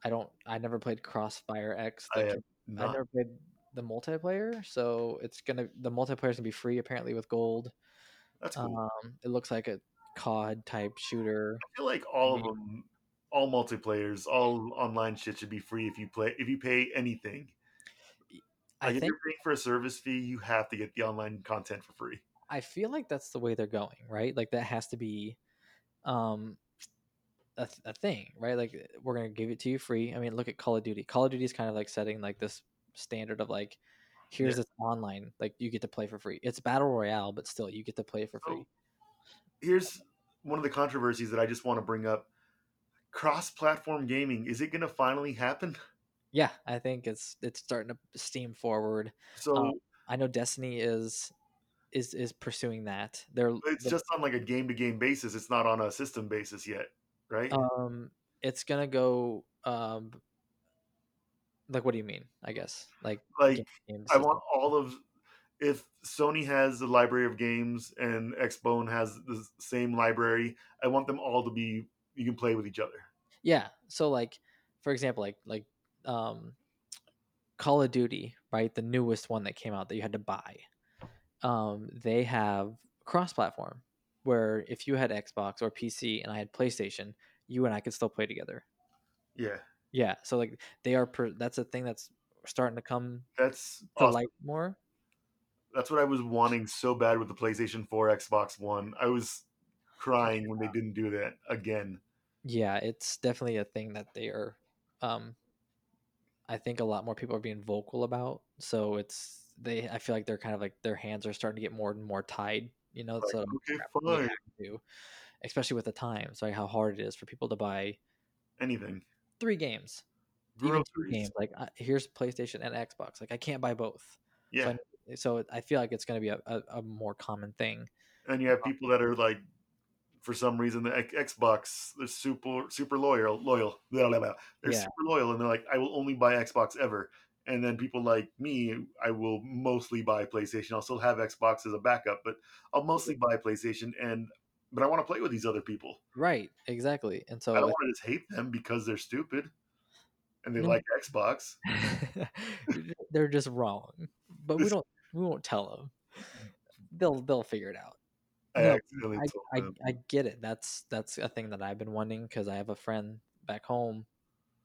Speaker 2: I don't. I never played Crossfire X.
Speaker 1: I
Speaker 2: the
Speaker 1: have
Speaker 2: I
Speaker 1: Not,
Speaker 2: never played the multiplayer, so it's gonna the multiplayer is gonna be free apparently with gold.
Speaker 1: that's cool.
Speaker 2: Um, it looks like a COD type shooter.
Speaker 1: I feel like all of
Speaker 2: me-
Speaker 1: them, all multiplayers, all online shit should be free if you play, if you pay anything. Like
Speaker 2: I
Speaker 1: if
Speaker 2: think
Speaker 1: you're paying for a service fee, you have to get the online content for free.
Speaker 2: I feel like that's the way they're going, right? Like that has to be, um, a, th- a thing, right? Like eh, we're gonna give it to you free. I mean, look at Call of Duty. Call of Duty is kind of like setting like this standard of like, here's this online, like you get to play for free. It's battle royale, but still you get to play it for
Speaker 1: So,
Speaker 2: free.
Speaker 1: Here's one of the controversies that I just want to bring up. Cross-platform gaming, is it going to finally happen? (laughs)
Speaker 2: Yeah, I think it's it's starting to steam forward.
Speaker 1: So
Speaker 2: Um, I know Destiny is is is pursuing that. They're
Speaker 1: it's
Speaker 2: the-
Speaker 1: just on like a game-to-game basis. It's not on a system basis yet, right?
Speaker 2: um it's gonna go um like what do you mean? I guess like
Speaker 1: like
Speaker 2: game
Speaker 1: I
Speaker 2: system.
Speaker 1: want all of if Sony has the library of games and Xbone has the same library, I want them all to be you can play with each other.
Speaker 2: yeah so like for example like like um call of duty right the newest one that came out that you had to buy um they have cross platform where if you had xbox or pc and i had playstation you and i could still play together
Speaker 1: Yeah,
Speaker 2: yeah so like they are per- that's a thing that's starting to come
Speaker 1: that's
Speaker 2: to
Speaker 1: awesome.
Speaker 2: light more
Speaker 1: that's what I was wanting so bad with the PlayStation 4, Xbox One. I was crying when they didn't do that again.
Speaker 2: yeah it's definitely a thing that they are um i think a lot more people are being vocal about so it's they i feel like they're kind of like their hands are starting to get more and more tied you know
Speaker 1: Like,
Speaker 2: so
Speaker 1: okay,
Speaker 2: crap, we
Speaker 1: fine,
Speaker 2: have to, especially with the times like how hard it is for people to buy
Speaker 1: anything.
Speaker 2: three games even two
Speaker 1: Groceries.
Speaker 2: games like I, here's playstation and xbox like i can't buy both
Speaker 1: Yeah,
Speaker 2: so i feel like it's going to be a, a, a more common thing
Speaker 1: and you have people that are like, for some reason, the X- Xbox they're super super loyal loyal. Blah, blah, blah. They're
Speaker 2: Yeah.
Speaker 1: super loyal, and they're like, I will only buy Xbox ever. And then people like me, I will mostly buy PlayStation. I'll still have Xbox as a backup, but I'll mostly buy PlayStation, and but I want to play with these other people.
Speaker 2: Right, exactly. And so
Speaker 1: I don't
Speaker 2: it-
Speaker 1: want to just hate them because they're stupid and they
Speaker 2: No.
Speaker 1: like Xbox.
Speaker 2: (laughs) they're just wrong. But we
Speaker 1: This-
Speaker 2: don't we won't tell them. They'll they'll figure it out.
Speaker 1: I
Speaker 2: No,
Speaker 1: accidentally
Speaker 2: I,
Speaker 1: told
Speaker 2: I,
Speaker 1: them.
Speaker 2: I get it. That's that's a thing that I've been wanting because I have a friend back home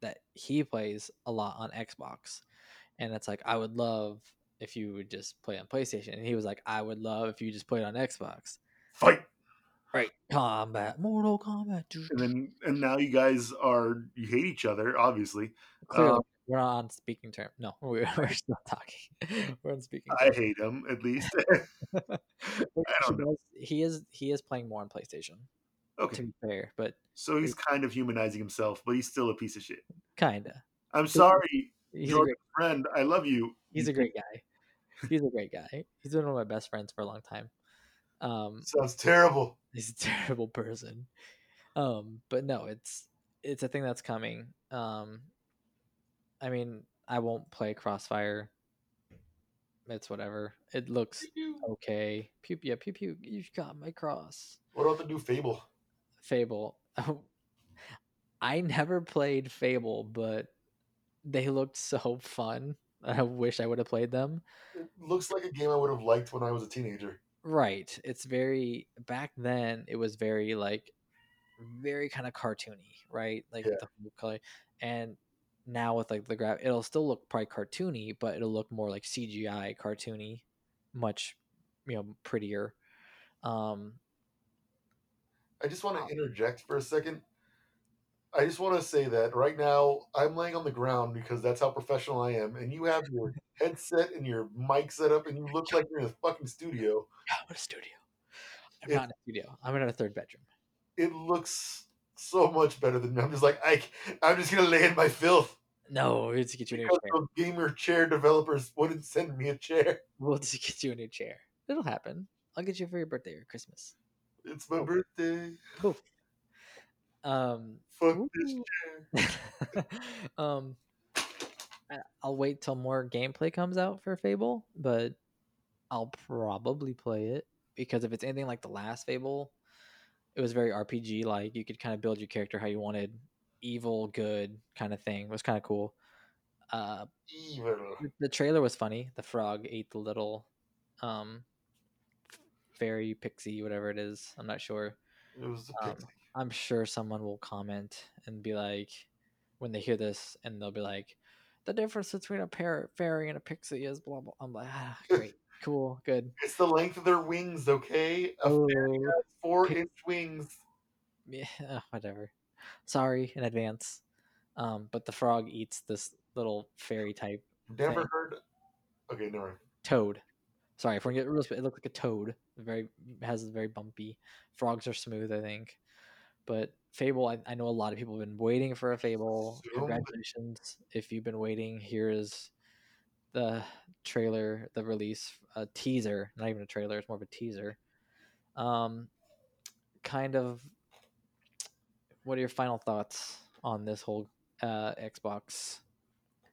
Speaker 2: that he plays a lot on Xbox, and it's like I would love if you would just play on PlayStation. And he was like, I would love if you just played on Xbox.
Speaker 1: Fight.
Speaker 2: Right, combat, Mortal Kombat.
Speaker 1: (laughs) And then and now you guys are you hate each other, obviously.
Speaker 2: Clearly,
Speaker 1: um,
Speaker 2: we're not on speaking term. No, (laughs) we're, we're still talking. (laughs) we're on speaking.
Speaker 1: I hate him at least. (laughs)
Speaker 2: But
Speaker 1: I
Speaker 2: he
Speaker 1: don't
Speaker 2: does- He is he is playing more on PlayStation. To
Speaker 1: okay.
Speaker 2: be fair, but
Speaker 1: So he's kind of humanizing himself, but he's still a piece of shit.
Speaker 2: kinda.
Speaker 1: I'm sorry,
Speaker 2: He's a
Speaker 1: Jordan
Speaker 2: great,
Speaker 1: friend. I love you.
Speaker 2: he's a great guy. He's a great guy. He's been one of my best friends for a long time. Um, (laughs)
Speaker 3: Sounds terrible.
Speaker 2: he's a terrible person. Um, but no, it's it's a thing that's coming. Um, I mean, I won't play Crossfire. It's whatever. It looks okay. Pew yeah, pew pew. You got my cross.
Speaker 3: What about the new Fable?
Speaker 2: Fable. (laughs) I never played Fable, but they looked so fun. (laughs) I wish I would have played them.
Speaker 3: It looks like a game I would have liked when I was a teenager.
Speaker 2: Right. It's very back then it was very like very kind of cartoony, right? Like
Speaker 3: Yeah.
Speaker 2: with the whole color. And now with like the graph it'll still look probably cartoony, but it'll look more like CGI cartoony, much you know, prettier. Um (sighs)
Speaker 3: I just want to interject for a second. I just want to say that right now I'm laying on the ground because that's how professional I am, and you have
Speaker 1: (laughs)
Speaker 3: your headset and your mic set up, and you look like you're in a fucking studio.
Speaker 2: I'm in a studio. I'm
Speaker 3: It's-
Speaker 2: not in a studio. I'm in a third bedroom.
Speaker 3: It looks so much better than me. I'm just like I. I'm just gonna lay in my filth
Speaker 2: No, we need to get you a new
Speaker 3: because
Speaker 2: chair.
Speaker 3: those gamer chair developers wouldn't send me a chair. (laughs)
Speaker 2: We'll just (laughs) get you a new chair. It'll happen. I'll get you for your birthday or Christmas.
Speaker 3: It's
Speaker 2: Oh,
Speaker 3: my birthday.
Speaker 2: Poof. Um, (laughs)
Speaker 3: Fuck this
Speaker 2: Ooh.
Speaker 3: chair.
Speaker 2: um, I- I'll wait till more gameplay comes out for Fable, but I'll probably play it because if it's anything like the last Fable, it was very RPG like. You could kind of build your character how you wanted, evil, good kind of thing. It was kind of cool. Uh,
Speaker 3: Evil.
Speaker 2: the- the trailer was funny. The frog ate the little um fairy pixie, whatever it is. I'm not sure.
Speaker 3: It was the
Speaker 2: Um,
Speaker 3: pixie.
Speaker 2: I'm sure someone will comment and be like, when they hear this, and they'll be like, the difference between a par- fairy and a pixie is blah blah. I'm like,
Speaker 3: (laughs)
Speaker 2: ah, great, cool, good.
Speaker 3: It's the length of their wings, okay? A fairy
Speaker 2: Ooh,
Speaker 3: has four inch wings.
Speaker 2: yeah, (laughs) whatever. Sorry in advance. Um, but the frog eats this little fairy type
Speaker 3: Never
Speaker 2: Thing.
Speaker 3: heard. Okay, never. mind.
Speaker 2: toad. Sorry, if we get real, sp- it looked like a toad. Very has a very bumpy. Frogs are smooth, I think. But Fable, I, I know a lot of people have been waiting for a Fable.
Speaker 3: So much.
Speaker 2: Congratulations if you've been waiting. Here is the trailer, the release, a teaser. Not even a trailer; it's more of a teaser. Um, kind of. What are your final thoughts on this whole uh, Xbox?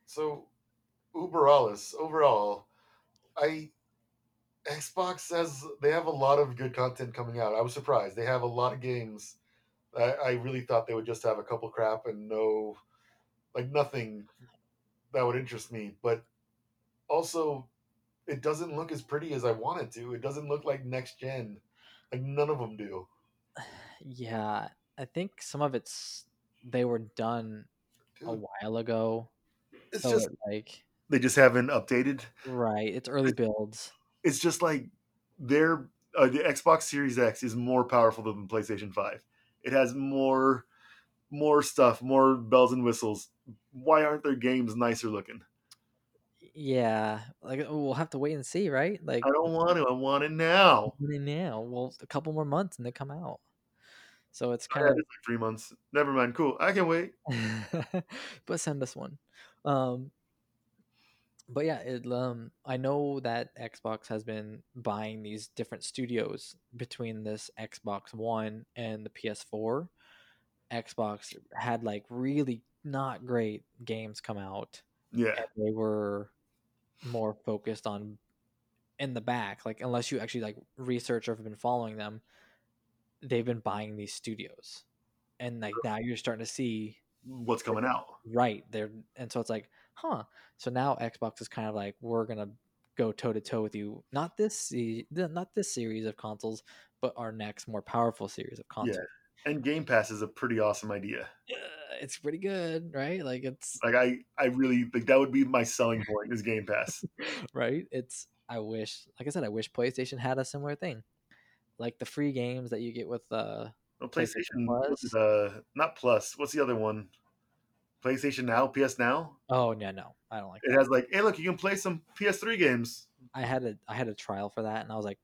Speaker 3: So, Uberalis overall, I Xbox says they have a lot of good content coming out. I was surprised they have a lot of games. I, I really thought they would just have a couple crap and no, like nothing that would interest me. But also, it doesn't look as pretty as I want it to. It doesn't look like next gen. Like none of them do.
Speaker 2: Yeah, I think some of it's they were done a
Speaker 3: Dude,
Speaker 2: while ago.
Speaker 1: It's
Speaker 2: So
Speaker 1: just
Speaker 2: it, like
Speaker 1: Oh, they just haven't updated.
Speaker 2: right, it's early builds.
Speaker 1: It's just like their uh, the Xbox Series X is more powerful than the PlayStation Five. It has more more stuff, more bells and whistles. Why aren't their games nicer looking?
Speaker 2: Yeah, like oh, we'll have to wait and see, right? Like
Speaker 1: I don't want to. I want it now.
Speaker 2: really now, well, a couple more months and they come out. So it's
Speaker 1: Yeah,
Speaker 2: kind
Speaker 1: it's like three months. Never mind. Cool. I can wait.
Speaker 2: of, (laughs) but send us one. Um, but yeah, it, um, I know that Xbox has been buying these different studios between this Xbox One and the PS4. Xbox had like really not great games come out,
Speaker 1: Yeah.
Speaker 2: and they were more focused on in the back like unless you actually like research or have been following them they've been buying these studios, and like now you're starting to see
Speaker 1: What's coming out?
Speaker 2: right there, and so it's like, huh. So now Xbox is kind of like we're gonna go toe to toe with you, not this se- not this series of consoles, but our next more powerful series of consoles.
Speaker 1: And Game Pass is a pretty awesome idea.
Speaker 2: Yeah, it's pretty good, right? Like it's
Speaker 1: Like I, I really like that would be my selling point is Game Pass.
Speaker 2: right? It's I wish, like I said, I wish PlayStation had a similar thing, like the free games that you get with uh
Speaker 1: Well,
Speaker 2: PlayStation
Speaker 1: PlayStation,
Speaker 2: Plus?
Speaker 1: Plus, uh, not Plus. What's the other one? PlayStation Now, PS Now.
Speaker 2: oh no no I don't like
Speaker 1: It has like, hey, look, you can play some PS3 games.
Speaker 2: I had a I had a trial for that and I was like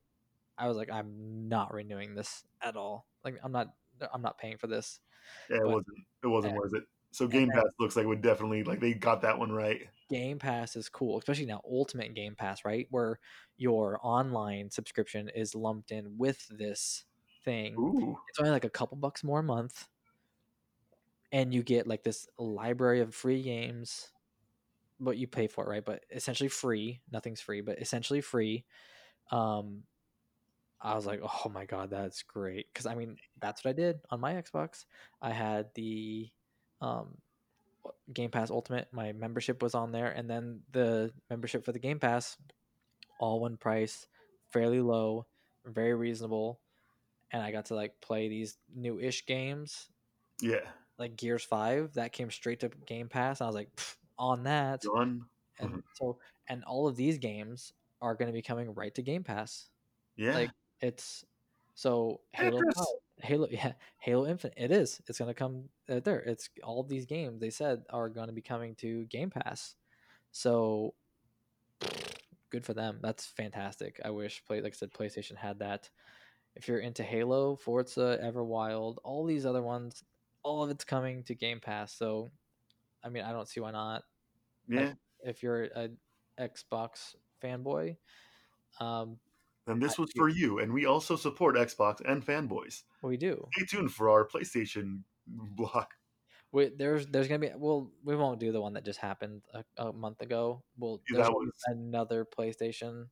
Speaker 2: I was like I'm not renewing this at all like I'm not I'm not paying for this
Speaker 1: Yeah, it
Speaker 2: But-
Speaker 1: wasn't. It wasn't
Speaker 2: and-
Speaker 1: worth it. So
Speaker 2: and
Speaker 1: Game
Speaker 2: then-
Speaker 1: Pass looks like would definitely like they got that one right.
Speaker 2: Game Pass is cool especially now Ultimate Game Pass right where your online subscription is lumped in with this thing
Speaker 1: Ooh,
Speaker 2: it's only like a couple bucks more a month and you get like this library of free games but you pay for it right but essentially free nothing's free but essentially free um i was like oh my god that's great because i mean that's what i did on my xbox i had the um game pass ultimate my membership was on there and then the membership for the game pass all one price fairly low very reasonable and i got to like play these new-ish games
Speaker 1: yeah,
Speaker 2: like gears 5 that came straight to game pass and i was like "Pff, on that
Speaker 1: done.
Speaker 2: and so and all of these games are going to be coming right to game pass
Speaker 1: Yeah,
Speaker 2: Like, it's so halo
Speaker 1: Tetris.
Speaker 2: 5, halo (laughs) yeah halo infinite it is it's going to come uh, there it's all these games they said are going to be coming to game pass so good for them that's fantastic i wish play like i said playstation had that if you're into halo forza everwild all these other ones all of it's coming to game pass so i mean i don't see why not
Speaker 1: yeah.
Speaker 2: if you're a Xbox fanboy. Um,
Speaker 1: And this
Speaker 2: I-
Speaker 1: was for you. And we also support Xbox and fanboys.
Speaker 2: we do.
Speaker 1: Stay tuned for our PlayStation block.
Speaker 2: (laughs) We, there's there's gonna be well we won't do the one that just happened a, a month ago. We'll
Speaker 1: Yeah,
Speaker 2: there's
Speaker 1: that
Speaker 2: gonna be
Speaker 1: was-
Speaker 2: another PlayStation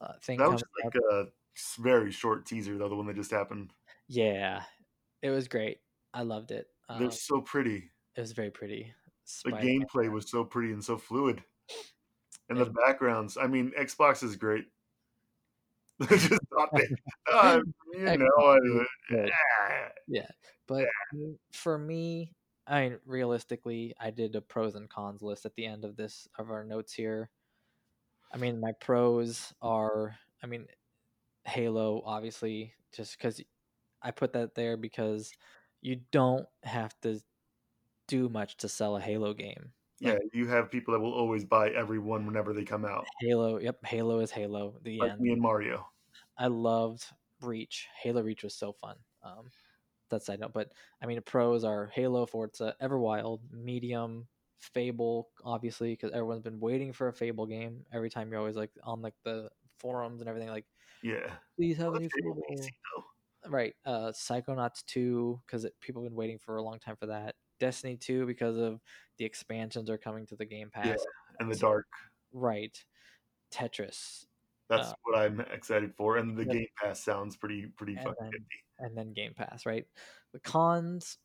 Speaker 2: uh, thing
Speaker 1: That
Speaker 2: coming
Speaker 1: was just
Speaker 2: up.
Speaker 1: like a s- very short teaser, though, the one that just happened.
Speaker 2: Yeah, it was great. I loved it. Um,
Speaker 1: They're so pretty.
Speaker 2: it was very pretty.
Speaker 1: The
Speaker 2: Spider-
Speaker 1: gameplay was so pretty and so fluid. And the
Speaker 2: And-
Speaker 1: backgrounds. I mean, Xbox is great. (laughs)
Speaker 2: (laughs)
Speaker 1: just thought they, uh, you know,
Speaker 2: good.
Speaker 1: uh,
Speaker 2: But mm, for me, I mean, realistically, I did a pros and cons list at the end of this of our notes here. I mean, my pros are, I mean, Halo, obviously, just because I put that there because you don't have to do much to sell a Halo game.
Speaker 1: yeah, you have people that will always buy every one whenever they come out,
Speaker 2: Halo, yep, Halo is Halo. The
Speaker 1: like
Speaker 2: end.
Speaker 1: me and Mario.
Speaker 2: I loved Reach. Halo Reach was so fun. Um, that's a side note, but I mean, pros are Halo, Forza, Everwild, Medium, Fable, obviously, because everyone's been waiting for a Fable game. Every time you're always like on like the forums and everything, like
Speaker 1: Yeah.
Speaker 2: please have a
Speaker 1: Well,
Speaker 2: new
Speaker 1: that's pretty
Speaker 2: Fable.
Speaker 1: amazing, though.
Speaker 2: Right, uh, Psychonauts two because people have been waiting for a long time for that. Destiny two because of the expansions are coming to the Game Pass.
Speaker 1: And the
Speaker 2: So-
Speaker 1: dark.
Speaker 2: Right, Tetris,
Speaker 1: That's
Speaker 2: Uh,
Speaker 1: what I'm excited for. And the
Speaker 2: yeah.
Speaker 1: Game Pass sounds pretty pretty
Speaker 2: And
Speaker 1: fucking
Speaker 2: then-
Speaker 1: nifty.
Speaker 2: and then Game Pass, right? The cons,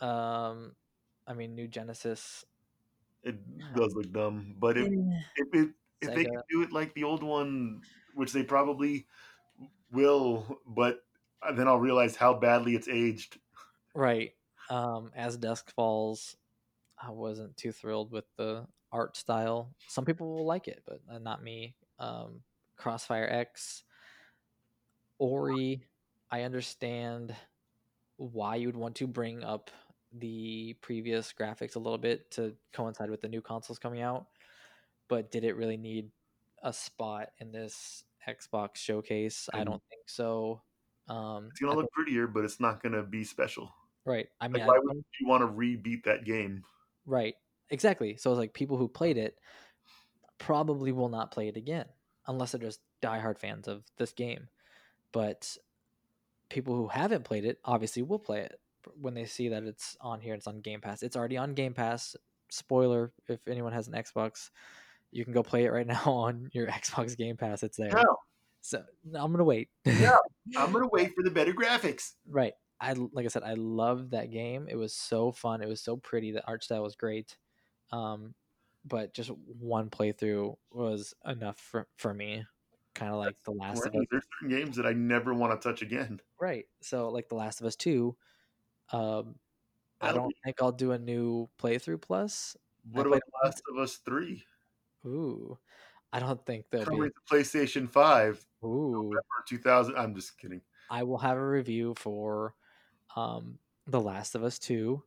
Speaker 2: um, I mean, New Genesis.
Speaker 1: It does look dumb, but it,
Speaker 2: eh,
Speaker 1: if it, if they
Speaker 2: Sega.
Speaker 1: can do it like the old one, which they probably will, but uh, then I'll realize how badly it's aged.
Speaker 2: Right. Um, As Dusk Falls, I wasn't too thrilled with the art style. Some people will like it, but uh, not me. Um, Crossfire X, Ori. I understand why you would want to bring up the previous graphics a little bit to coincide with the new consoles coming out, but did it really need a spot in this Xbox showcase? I
Speaker 1: And-
Speaker 2: don't think so. Um,
Speaker 1: It's gonna
Speaker 2: I
Speaker 1: look prettier, but it's not gonna be special.
Speaker 2: think- right. I mean,
Speaker 1: Like,
Speaker 2: I-
Speaker 1: why would you want to re-beat that game?
Speaker 2: Right. Exactly. So it's like people who played it probably will not play it again unless they're just diehard fans of this game. But people who haven't played it obviously will play it when they see that it's on here. It's on Game Pass. It's already on Game Pass. Spoiler: If (laughs) anyone has an Xbox, you can go play it right now on your Xbox Game Pass. It's there.
Speaker 1: No,
Speaker 2: So no, I'm gonna wait.
Speaker 1: Yeah. I'm gonna wait for the better graphics.
Speaker 2: right. I like I said, I loved that game. It was so fun. It was so pretty. The art style was great. Um, but just one playthrough was enough for for me. Kind of like the Last of Us.
Speaker 1: There's certain games that I never want to touch again.
Speaker 2: Right. So like The Last of Us Two, um, I
Speaker 1: That'll
Speaker 2: don't think I'll do a new playthrough plus. I
Speaker 1: What
Speaker 2: played
Speaker 1: about The Last of Us Three?
Speaker 2: Ooh. I don't think there'll
Speaker 1: Coming
Speaker 2: be
Speaker 1: to PlayStation Five
Speaker 2: Ooh.
Speaker 1: for 2000. I'm just kidding.
Speaker 2: I will have a review for um The Last of Us 2.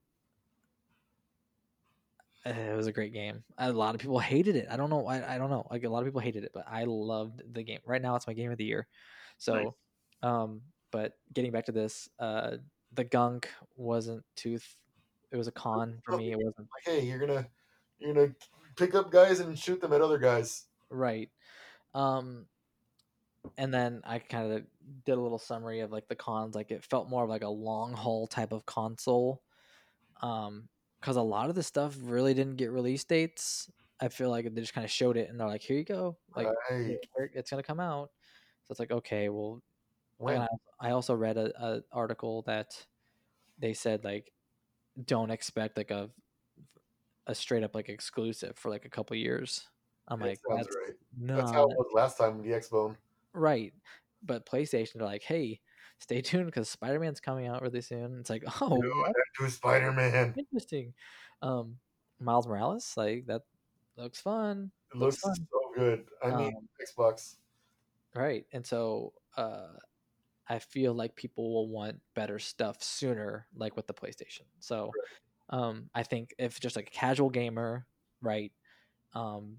Speaker 2: Uh, It was a great game. A lot of people hated it. I don't know. I, I don't know. Like a lot of people hated it, but I loved the game. Right now, it's my game of the year. So,
Speaker 1: Nice.
Speaker 2: um, but getting back to this, uh, the gunk wasn't too. Th- it was a con for me. It wasn't
Speaker 3: Like, hey, you're gonna you're gonna pick up guys and shoot them at other guys.
Speaker 2: right um and then i kind of did a little summary of like the cons like it felt more of like a long haul type of console um because a lot of the stuff really didn't get release dates i feel like they just kind of showed it and they're like here you go like
Speaker 3: right.
Speaker 2: here- it's gonna come out so it's like okay well
Speaker 3: When?
Speaker 2: and I, I also read a, a article that they said like don't expect like a a straight up like exclusive for like a couple years i'm
Speaker 3: That
Speaker 2: like
Speaker 3: sounds
Speaker 2: that's
Speaker 3: right.
Speaker 2: no
Speaker 3: That's how it was last time with the X Bone.
Speaker 2: Right. But PlayStation, they're like, hey, stay tuned because Spider Man's coming out really soon. It's like, (laughs) oh,
Speaker 3: no, I
Speaker 2: that's
Speaker 3: do Spider Man.
Speaker 2: interesting. Um, Miles Morales, like, that looks fun.
Speaker 3: It looks
Speaker 2: fun.
Speaker 3: so good. I mean,
Speaker 2: Um,
Speaker 3: Xbox.
Speaker 2: Right. And so uh, I feel like people will want better stuff sooner, like with the PlayStation. So um, I think if just like a casual gamer, right, um,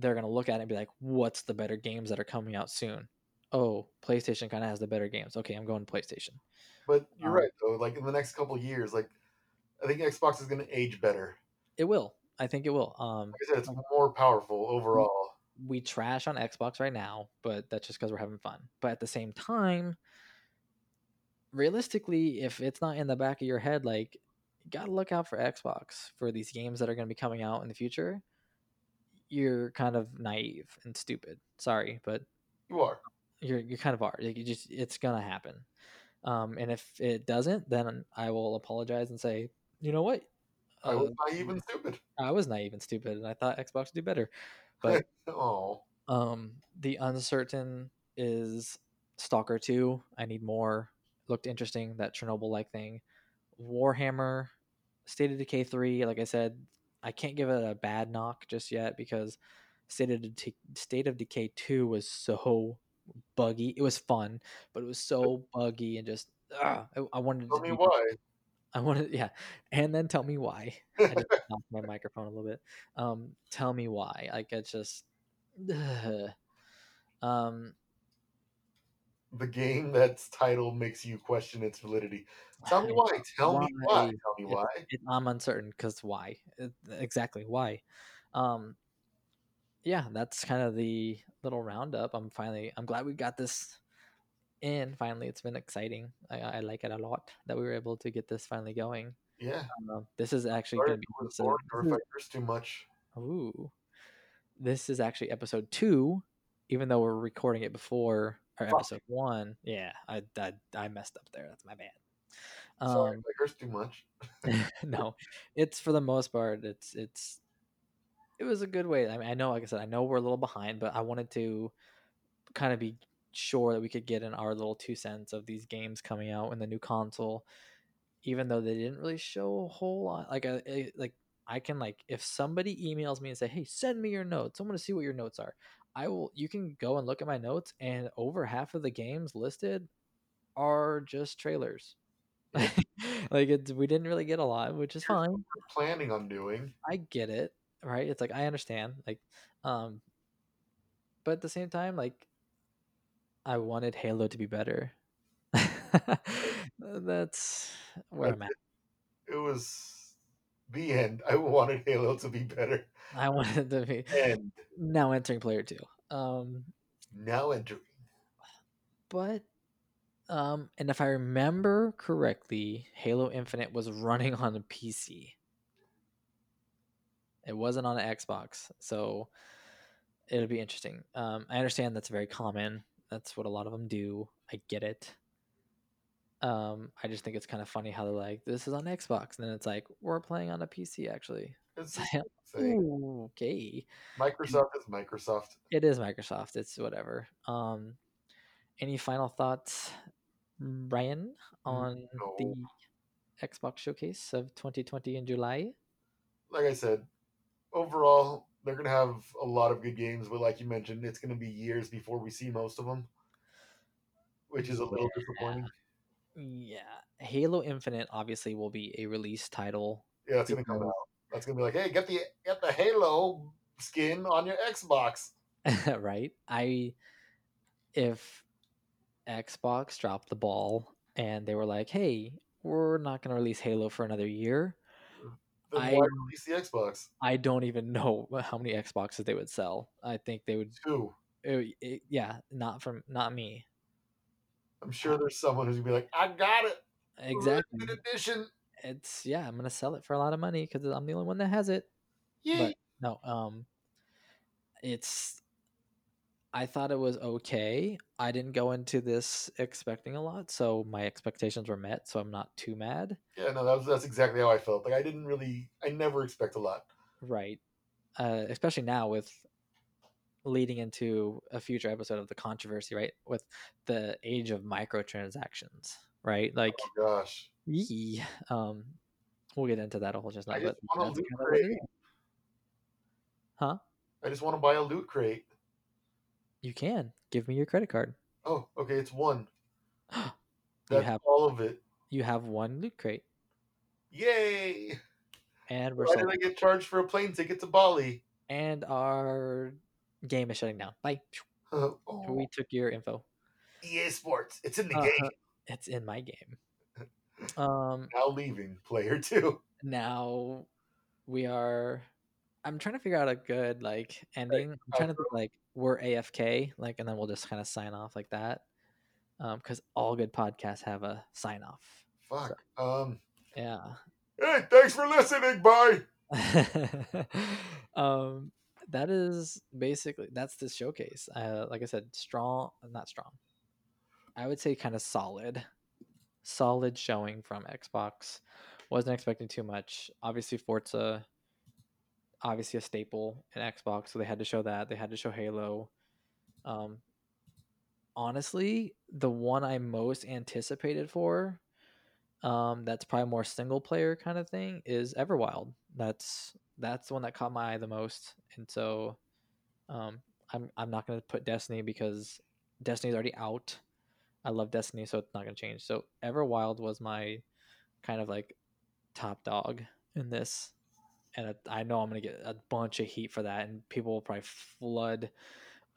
Speaker 2: they're going to look at it and be like, what's the better games that are coming out soon? Oh, PlayStation kind of has the better games. Okay, I'm going to PlayStation.
Speaker 3: But you're
Speaker 2: Um,
Speaker 3: right though. Like in the next couple of years, like I think Xbox is going to age better.
Speaker 2: It will. I think it will. Um,
Speaker 3: Like I said, it's more powerful
Speaker 2: Mm.
Speaker 3: overall.
Speaker 2: we trash on Xbox right now, but that's just because we're having fun. But at the same time, realistically, if it's not in the back of your head, like, you gotta look out for Xbox for these games that are gonna be coming out in the future. You're kind of naive and stupid. Sorry, but
Speaker 3: You are.
Speaker 2: you're you kind of are. Like, you just it's gonna happen. Um, and if it doesn't, then I will apologize and say, you know what,
Speaker 3: I was
Speaker 2: Uh,
Speaker 3: not even stupid. (laughs)
Speaker 2: I was naive and stupid, and I thought Xbox would do better. But
Speaker 3: Oh,
Speaker 2: um the uncertain is stalker 2 i need more looked interesting that chernobyl like thing warhammer state of decay 3 like i said i can't give it a bad knock just yet because state of, Dec- state of decay 2 was so buggy it was fun but it was so buggy and just ah, I, I wanted it
Speaker 3: tell
Speaker 2: to
Speaker 3: me
Speaker 2: be-
Speaker 3: why.
Speaker 2: I want to, yeah. And then tell me why. I
Speaker 3: (laughs)
Speaker 2: just knocked my microphone a little bit. Um, tell me why. Like it's just, (sighs) um,
Speaker 3: The game that's title makes you question its validity. Tell
Speaker 2: (sighs)
Speaker 3: me why. Tell me why.
Speaker 2: Why?
Speaker 3: Tell me
Speaker 2: Yeah.
Speaker 3: why.
Speaker 2: it- I'm uncertain because why? It- Exactly why? Um, yeah, that's kind of the little roundup. I'm finally. I'm glad we got this in. Finally, it's been exciting. I, I like it a lot that we were able to get this finally going.
Speaker 3: Yeah.
Speaker 2: Um, this is actually
Speaker 3: Sorry
Speaker 2: going
Speaker 3: if
Speaker 2: to be.
Speaker 3: it was
Speaker 2: episode-
Speaker 3: boring or
Speaker 2: this
Speaker 3: if
Speaker 2: is
Speaker 3: I cursed too much.
Speaker 2: Ooh. This is actually episode two, even though we're recording it before our
Speaker 3: Fuck.
Speaker 2: episode one. Yeah, I, I I messed up there. That's my bad.
Speaker 3: Sorry
Speaker 2: Um,
Speaker 3: if I cursed too much.
Speaker 2: (laughs) no, it's for the most part. It's it's it was a good way. I mean, I know, like I said, I know we're a little behind, but I wanted to kind of be sure that we could get in our little two cents of these games coming out in the new console, even though they didn't really show a whole lot. Like, I, I- like I can like if somebody emails me and say, "Hey, send me your notes. I want to see what your notes are." I will. You can go and look at my notes, and over half of the games listed are just trailers. (laughs) like it's we didn't really get a lot, which is
Speaker 3: Here's what
Speaker 2: fine.
Speaker 3: We're planning on doing.
Speaker 2: I get it, right? It's like I understand, like, um, but at the same time, like, I wanted Halo to be better. (laughs) That's where I'm at.
Speaker 3: It was the end. I wanted Halo to be better.
Speaker 2: I wanted to be
Speaker 3: And
Speaker 2: now entering player two. Um,
Speaker 3: now entering.
Speaker 2: but um, and if I remember correctly, Halo Infinite was running on a PC. It wasn't on an Xbox, so it'll be interesting. Um, I understand that's very common That's what a lot of them do. I get it. Um, I just think it's kind of funny how they're like, "This is on Xbox," and then it's like, "We're playing on a PC actually." (laughs)
Speaker 3: It's
Speaker 2: It's like,
Speaker 3: the same.
Speaker 2: Ooh, okay.
Speaker 3: Microsoft is Microsoft.
Speaker 2: It is Microsoft. It's whatever. Um, any final thoughts, Brian, on the Xbox showcase of 2020 in July?
Speaker 3: Like I said, overall they're gonna have a lot of good games, but like you mentioned, it's gonna be years before we see most of them, which is a little disappointing.
Speaker 2: Yeah, Halo Infinite obviously will be a release title. (laughs)
Speaker 3: Yeah, it's gonna come out. That's gonna be like, hey, get the get the Halo skin on your Xbox.
Speaker 2: right? I if Xbox dropped the ball and they were like, "Hey, we're not going to release Halo for another year."
Speaker 3: Then
Speaker 2: I-
Speaker 3: why release the Xbox?
Speaker 2: I don't even (laughs) know how many Xboxes they would sell. I think they would
Speaker 3: Two.
Speaker 2: it, it- yeah, not from not me.
Speaker 3: I'm sure there's someone who's gonna be like, I got it.
Speaker 2: Exactly.
Speaker 3: Limited edition.
Speaker 2: It's yeah, I'm going to sell it for a lot of money cuz I'm the only one that has it.
Speaker 3: Yay.
Speaker 2: But no, um it's I thought it was okay. I didn't go into this expecting a lot, so my expectations were met, so I'm not too mad.
Speaker 3: Yeah, no, that was, that's exactly how I felt. Like I didn't really, I never expect a lot.
Speaker 2: Right. Uh especially now with leading into a future episode of the controversy, right? With the age of microtransactions, right? Like
Speaker 3: Oh gosh,
Speaker 2: yee, um we'll get into that a whole just now,
Speaker 3: I
Speaker 2: but
Speaker 3: just want
Speaker 2: that's
Speaker 3: to loot
Speaker 2: kinda what it
Speaker 3: crate.
Speaker 2: is. Huh?
Speaker 3: I just want to buy a loot crate.
Speaker 2: You can give me your credit card.
Speaker 3: Oh, okay, it's one.
Speaker 2: (gasps) You
Speaker 3: That's
Speaker 2: have-
Speaker 3: all of it.
Speaker 2: You have one loot crate.
Speaker 3: Yay!
Speaker 2: And we're
Speaker 3: Why did
Speaker 2: sold.
Speaker 3: I get charged for a plane ticket to Bali? (laughs)
Speaker 2: and our game is shutting down. Bye.
Speaker 3: oh,
Speaker 2: We took your info.
Speaker 3: EA Sports, it's in the
Speaker 2: Uh,
Speaker 3: game.
Speaker 2: It's in my game.
Speaker 3: (laughs)
Speaker 2: Um,
Speaker 3: Now leaving player two. (laughs)
Speaker 2: now we are. I'm trying to figure out a good like ending. I'm trying to think like we're AFK, like, and then we'll just kind of sign off like that. Um, because all good podcasts have a sign off.
Speaker 3: Fuck. Um.
Speaker 2: Yeah.
Speaker 3: Hey, thanks for listening. Bye.
Speaker 2: (laughs) um that is basically that's the showcase uh like i said strong not strong i would say kind of solid solid showing from xbox wasn't expecting too much obviously forza obviously a staple in xbox so they had to show that they had to show halo um honestly the one i most anticipated for um that's probably more single player kind of thing is everwild that's that's the one that caught my eye the most and so um i'm i'm not going to put destiny because destiny's already out i love destiny so it's not going to change so everwild was my kind of like top dog in this and I- i know i'm going to get a bunch of heat for that and people will probably flood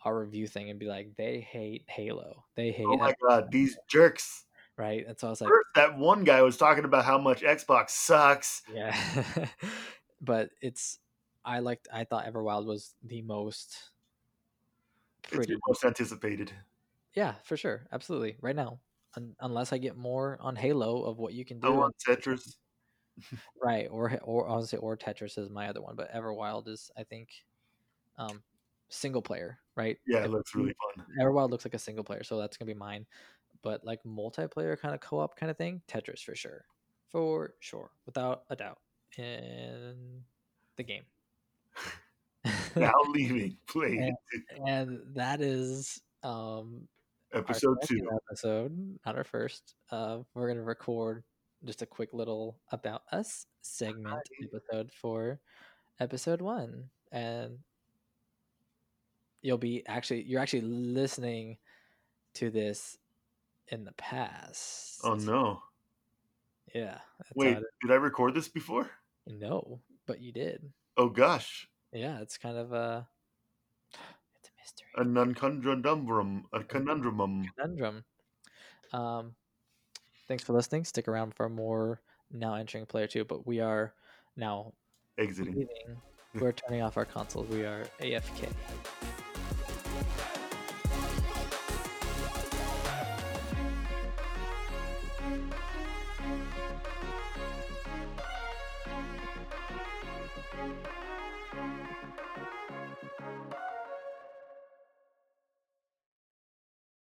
Speaker 2: our review thing and be like they hate halo they hate
Speaker 1: Oh my
Speaker 2: Ever-"
Speaker 1: god, these jerks!
Speaker 2: right and so i was like
Speaker 1: First, that one guy was talking about how much Xbox sucks.
Speaker 2: Yeah. (laughs) but it's I liked I thought Everwild was the most
Speaker 1: It's
Speaker 2: pretty.
Speaker 1: the most anticipated.
Speaker 2: Yeah, for sure. Absolutely. Right now. Un- unless I get more on Halo of what you can do.
Speaker 1: I want
Speaker 2: and-
Speaker 1: Tetris.
Speaker 2: Right, or or honestly or Tetris is my other one, but Everwild is I think um single player, right?
Speaker 1: Yeah,
Speaker 2: If
Speaker 1: it looks really fun.
Speaker 2: (laughs) Everwild looks like a single player, so that's gonna be mine. But like multiplayer kind of co-op kind of thing, Tetris for sure, for sure, without a doubt, in the game.
Speaker 1: Now leaving, (laughs) play
Speaker 2: (laughs) and that is um our
Speaker 1: episode
Speaker 2: second
Speaker 1: two.
Speaker 2: episode, not our first. Uh, we're gonna record just a quick little about us segment
Speaker 1: Alrighty.
Speaker 2: episode for episode one, and you'll be actually you're actually listening to this in the past.
Speaker 1: Oh no!
Speaker 2: Yeah. that's how
Speaker 1: Wait,
Speaker 2: it
Speaker 1: did I record this before?
Speaker 2: is. No, but you did.
Speaker 1: Oh gosh,
Speaker 2: Yeah, it's kind of a it's a mystery.
Speaker 1: a non-conundrum, a conundrum.
Speaker 2: conundrum. Um, thanks for listening. Stick around for more now entering player two, but we are now
Speaker 1: Exiting.
Speaker 2: leaving. We're turning off our consoles. We are AFK.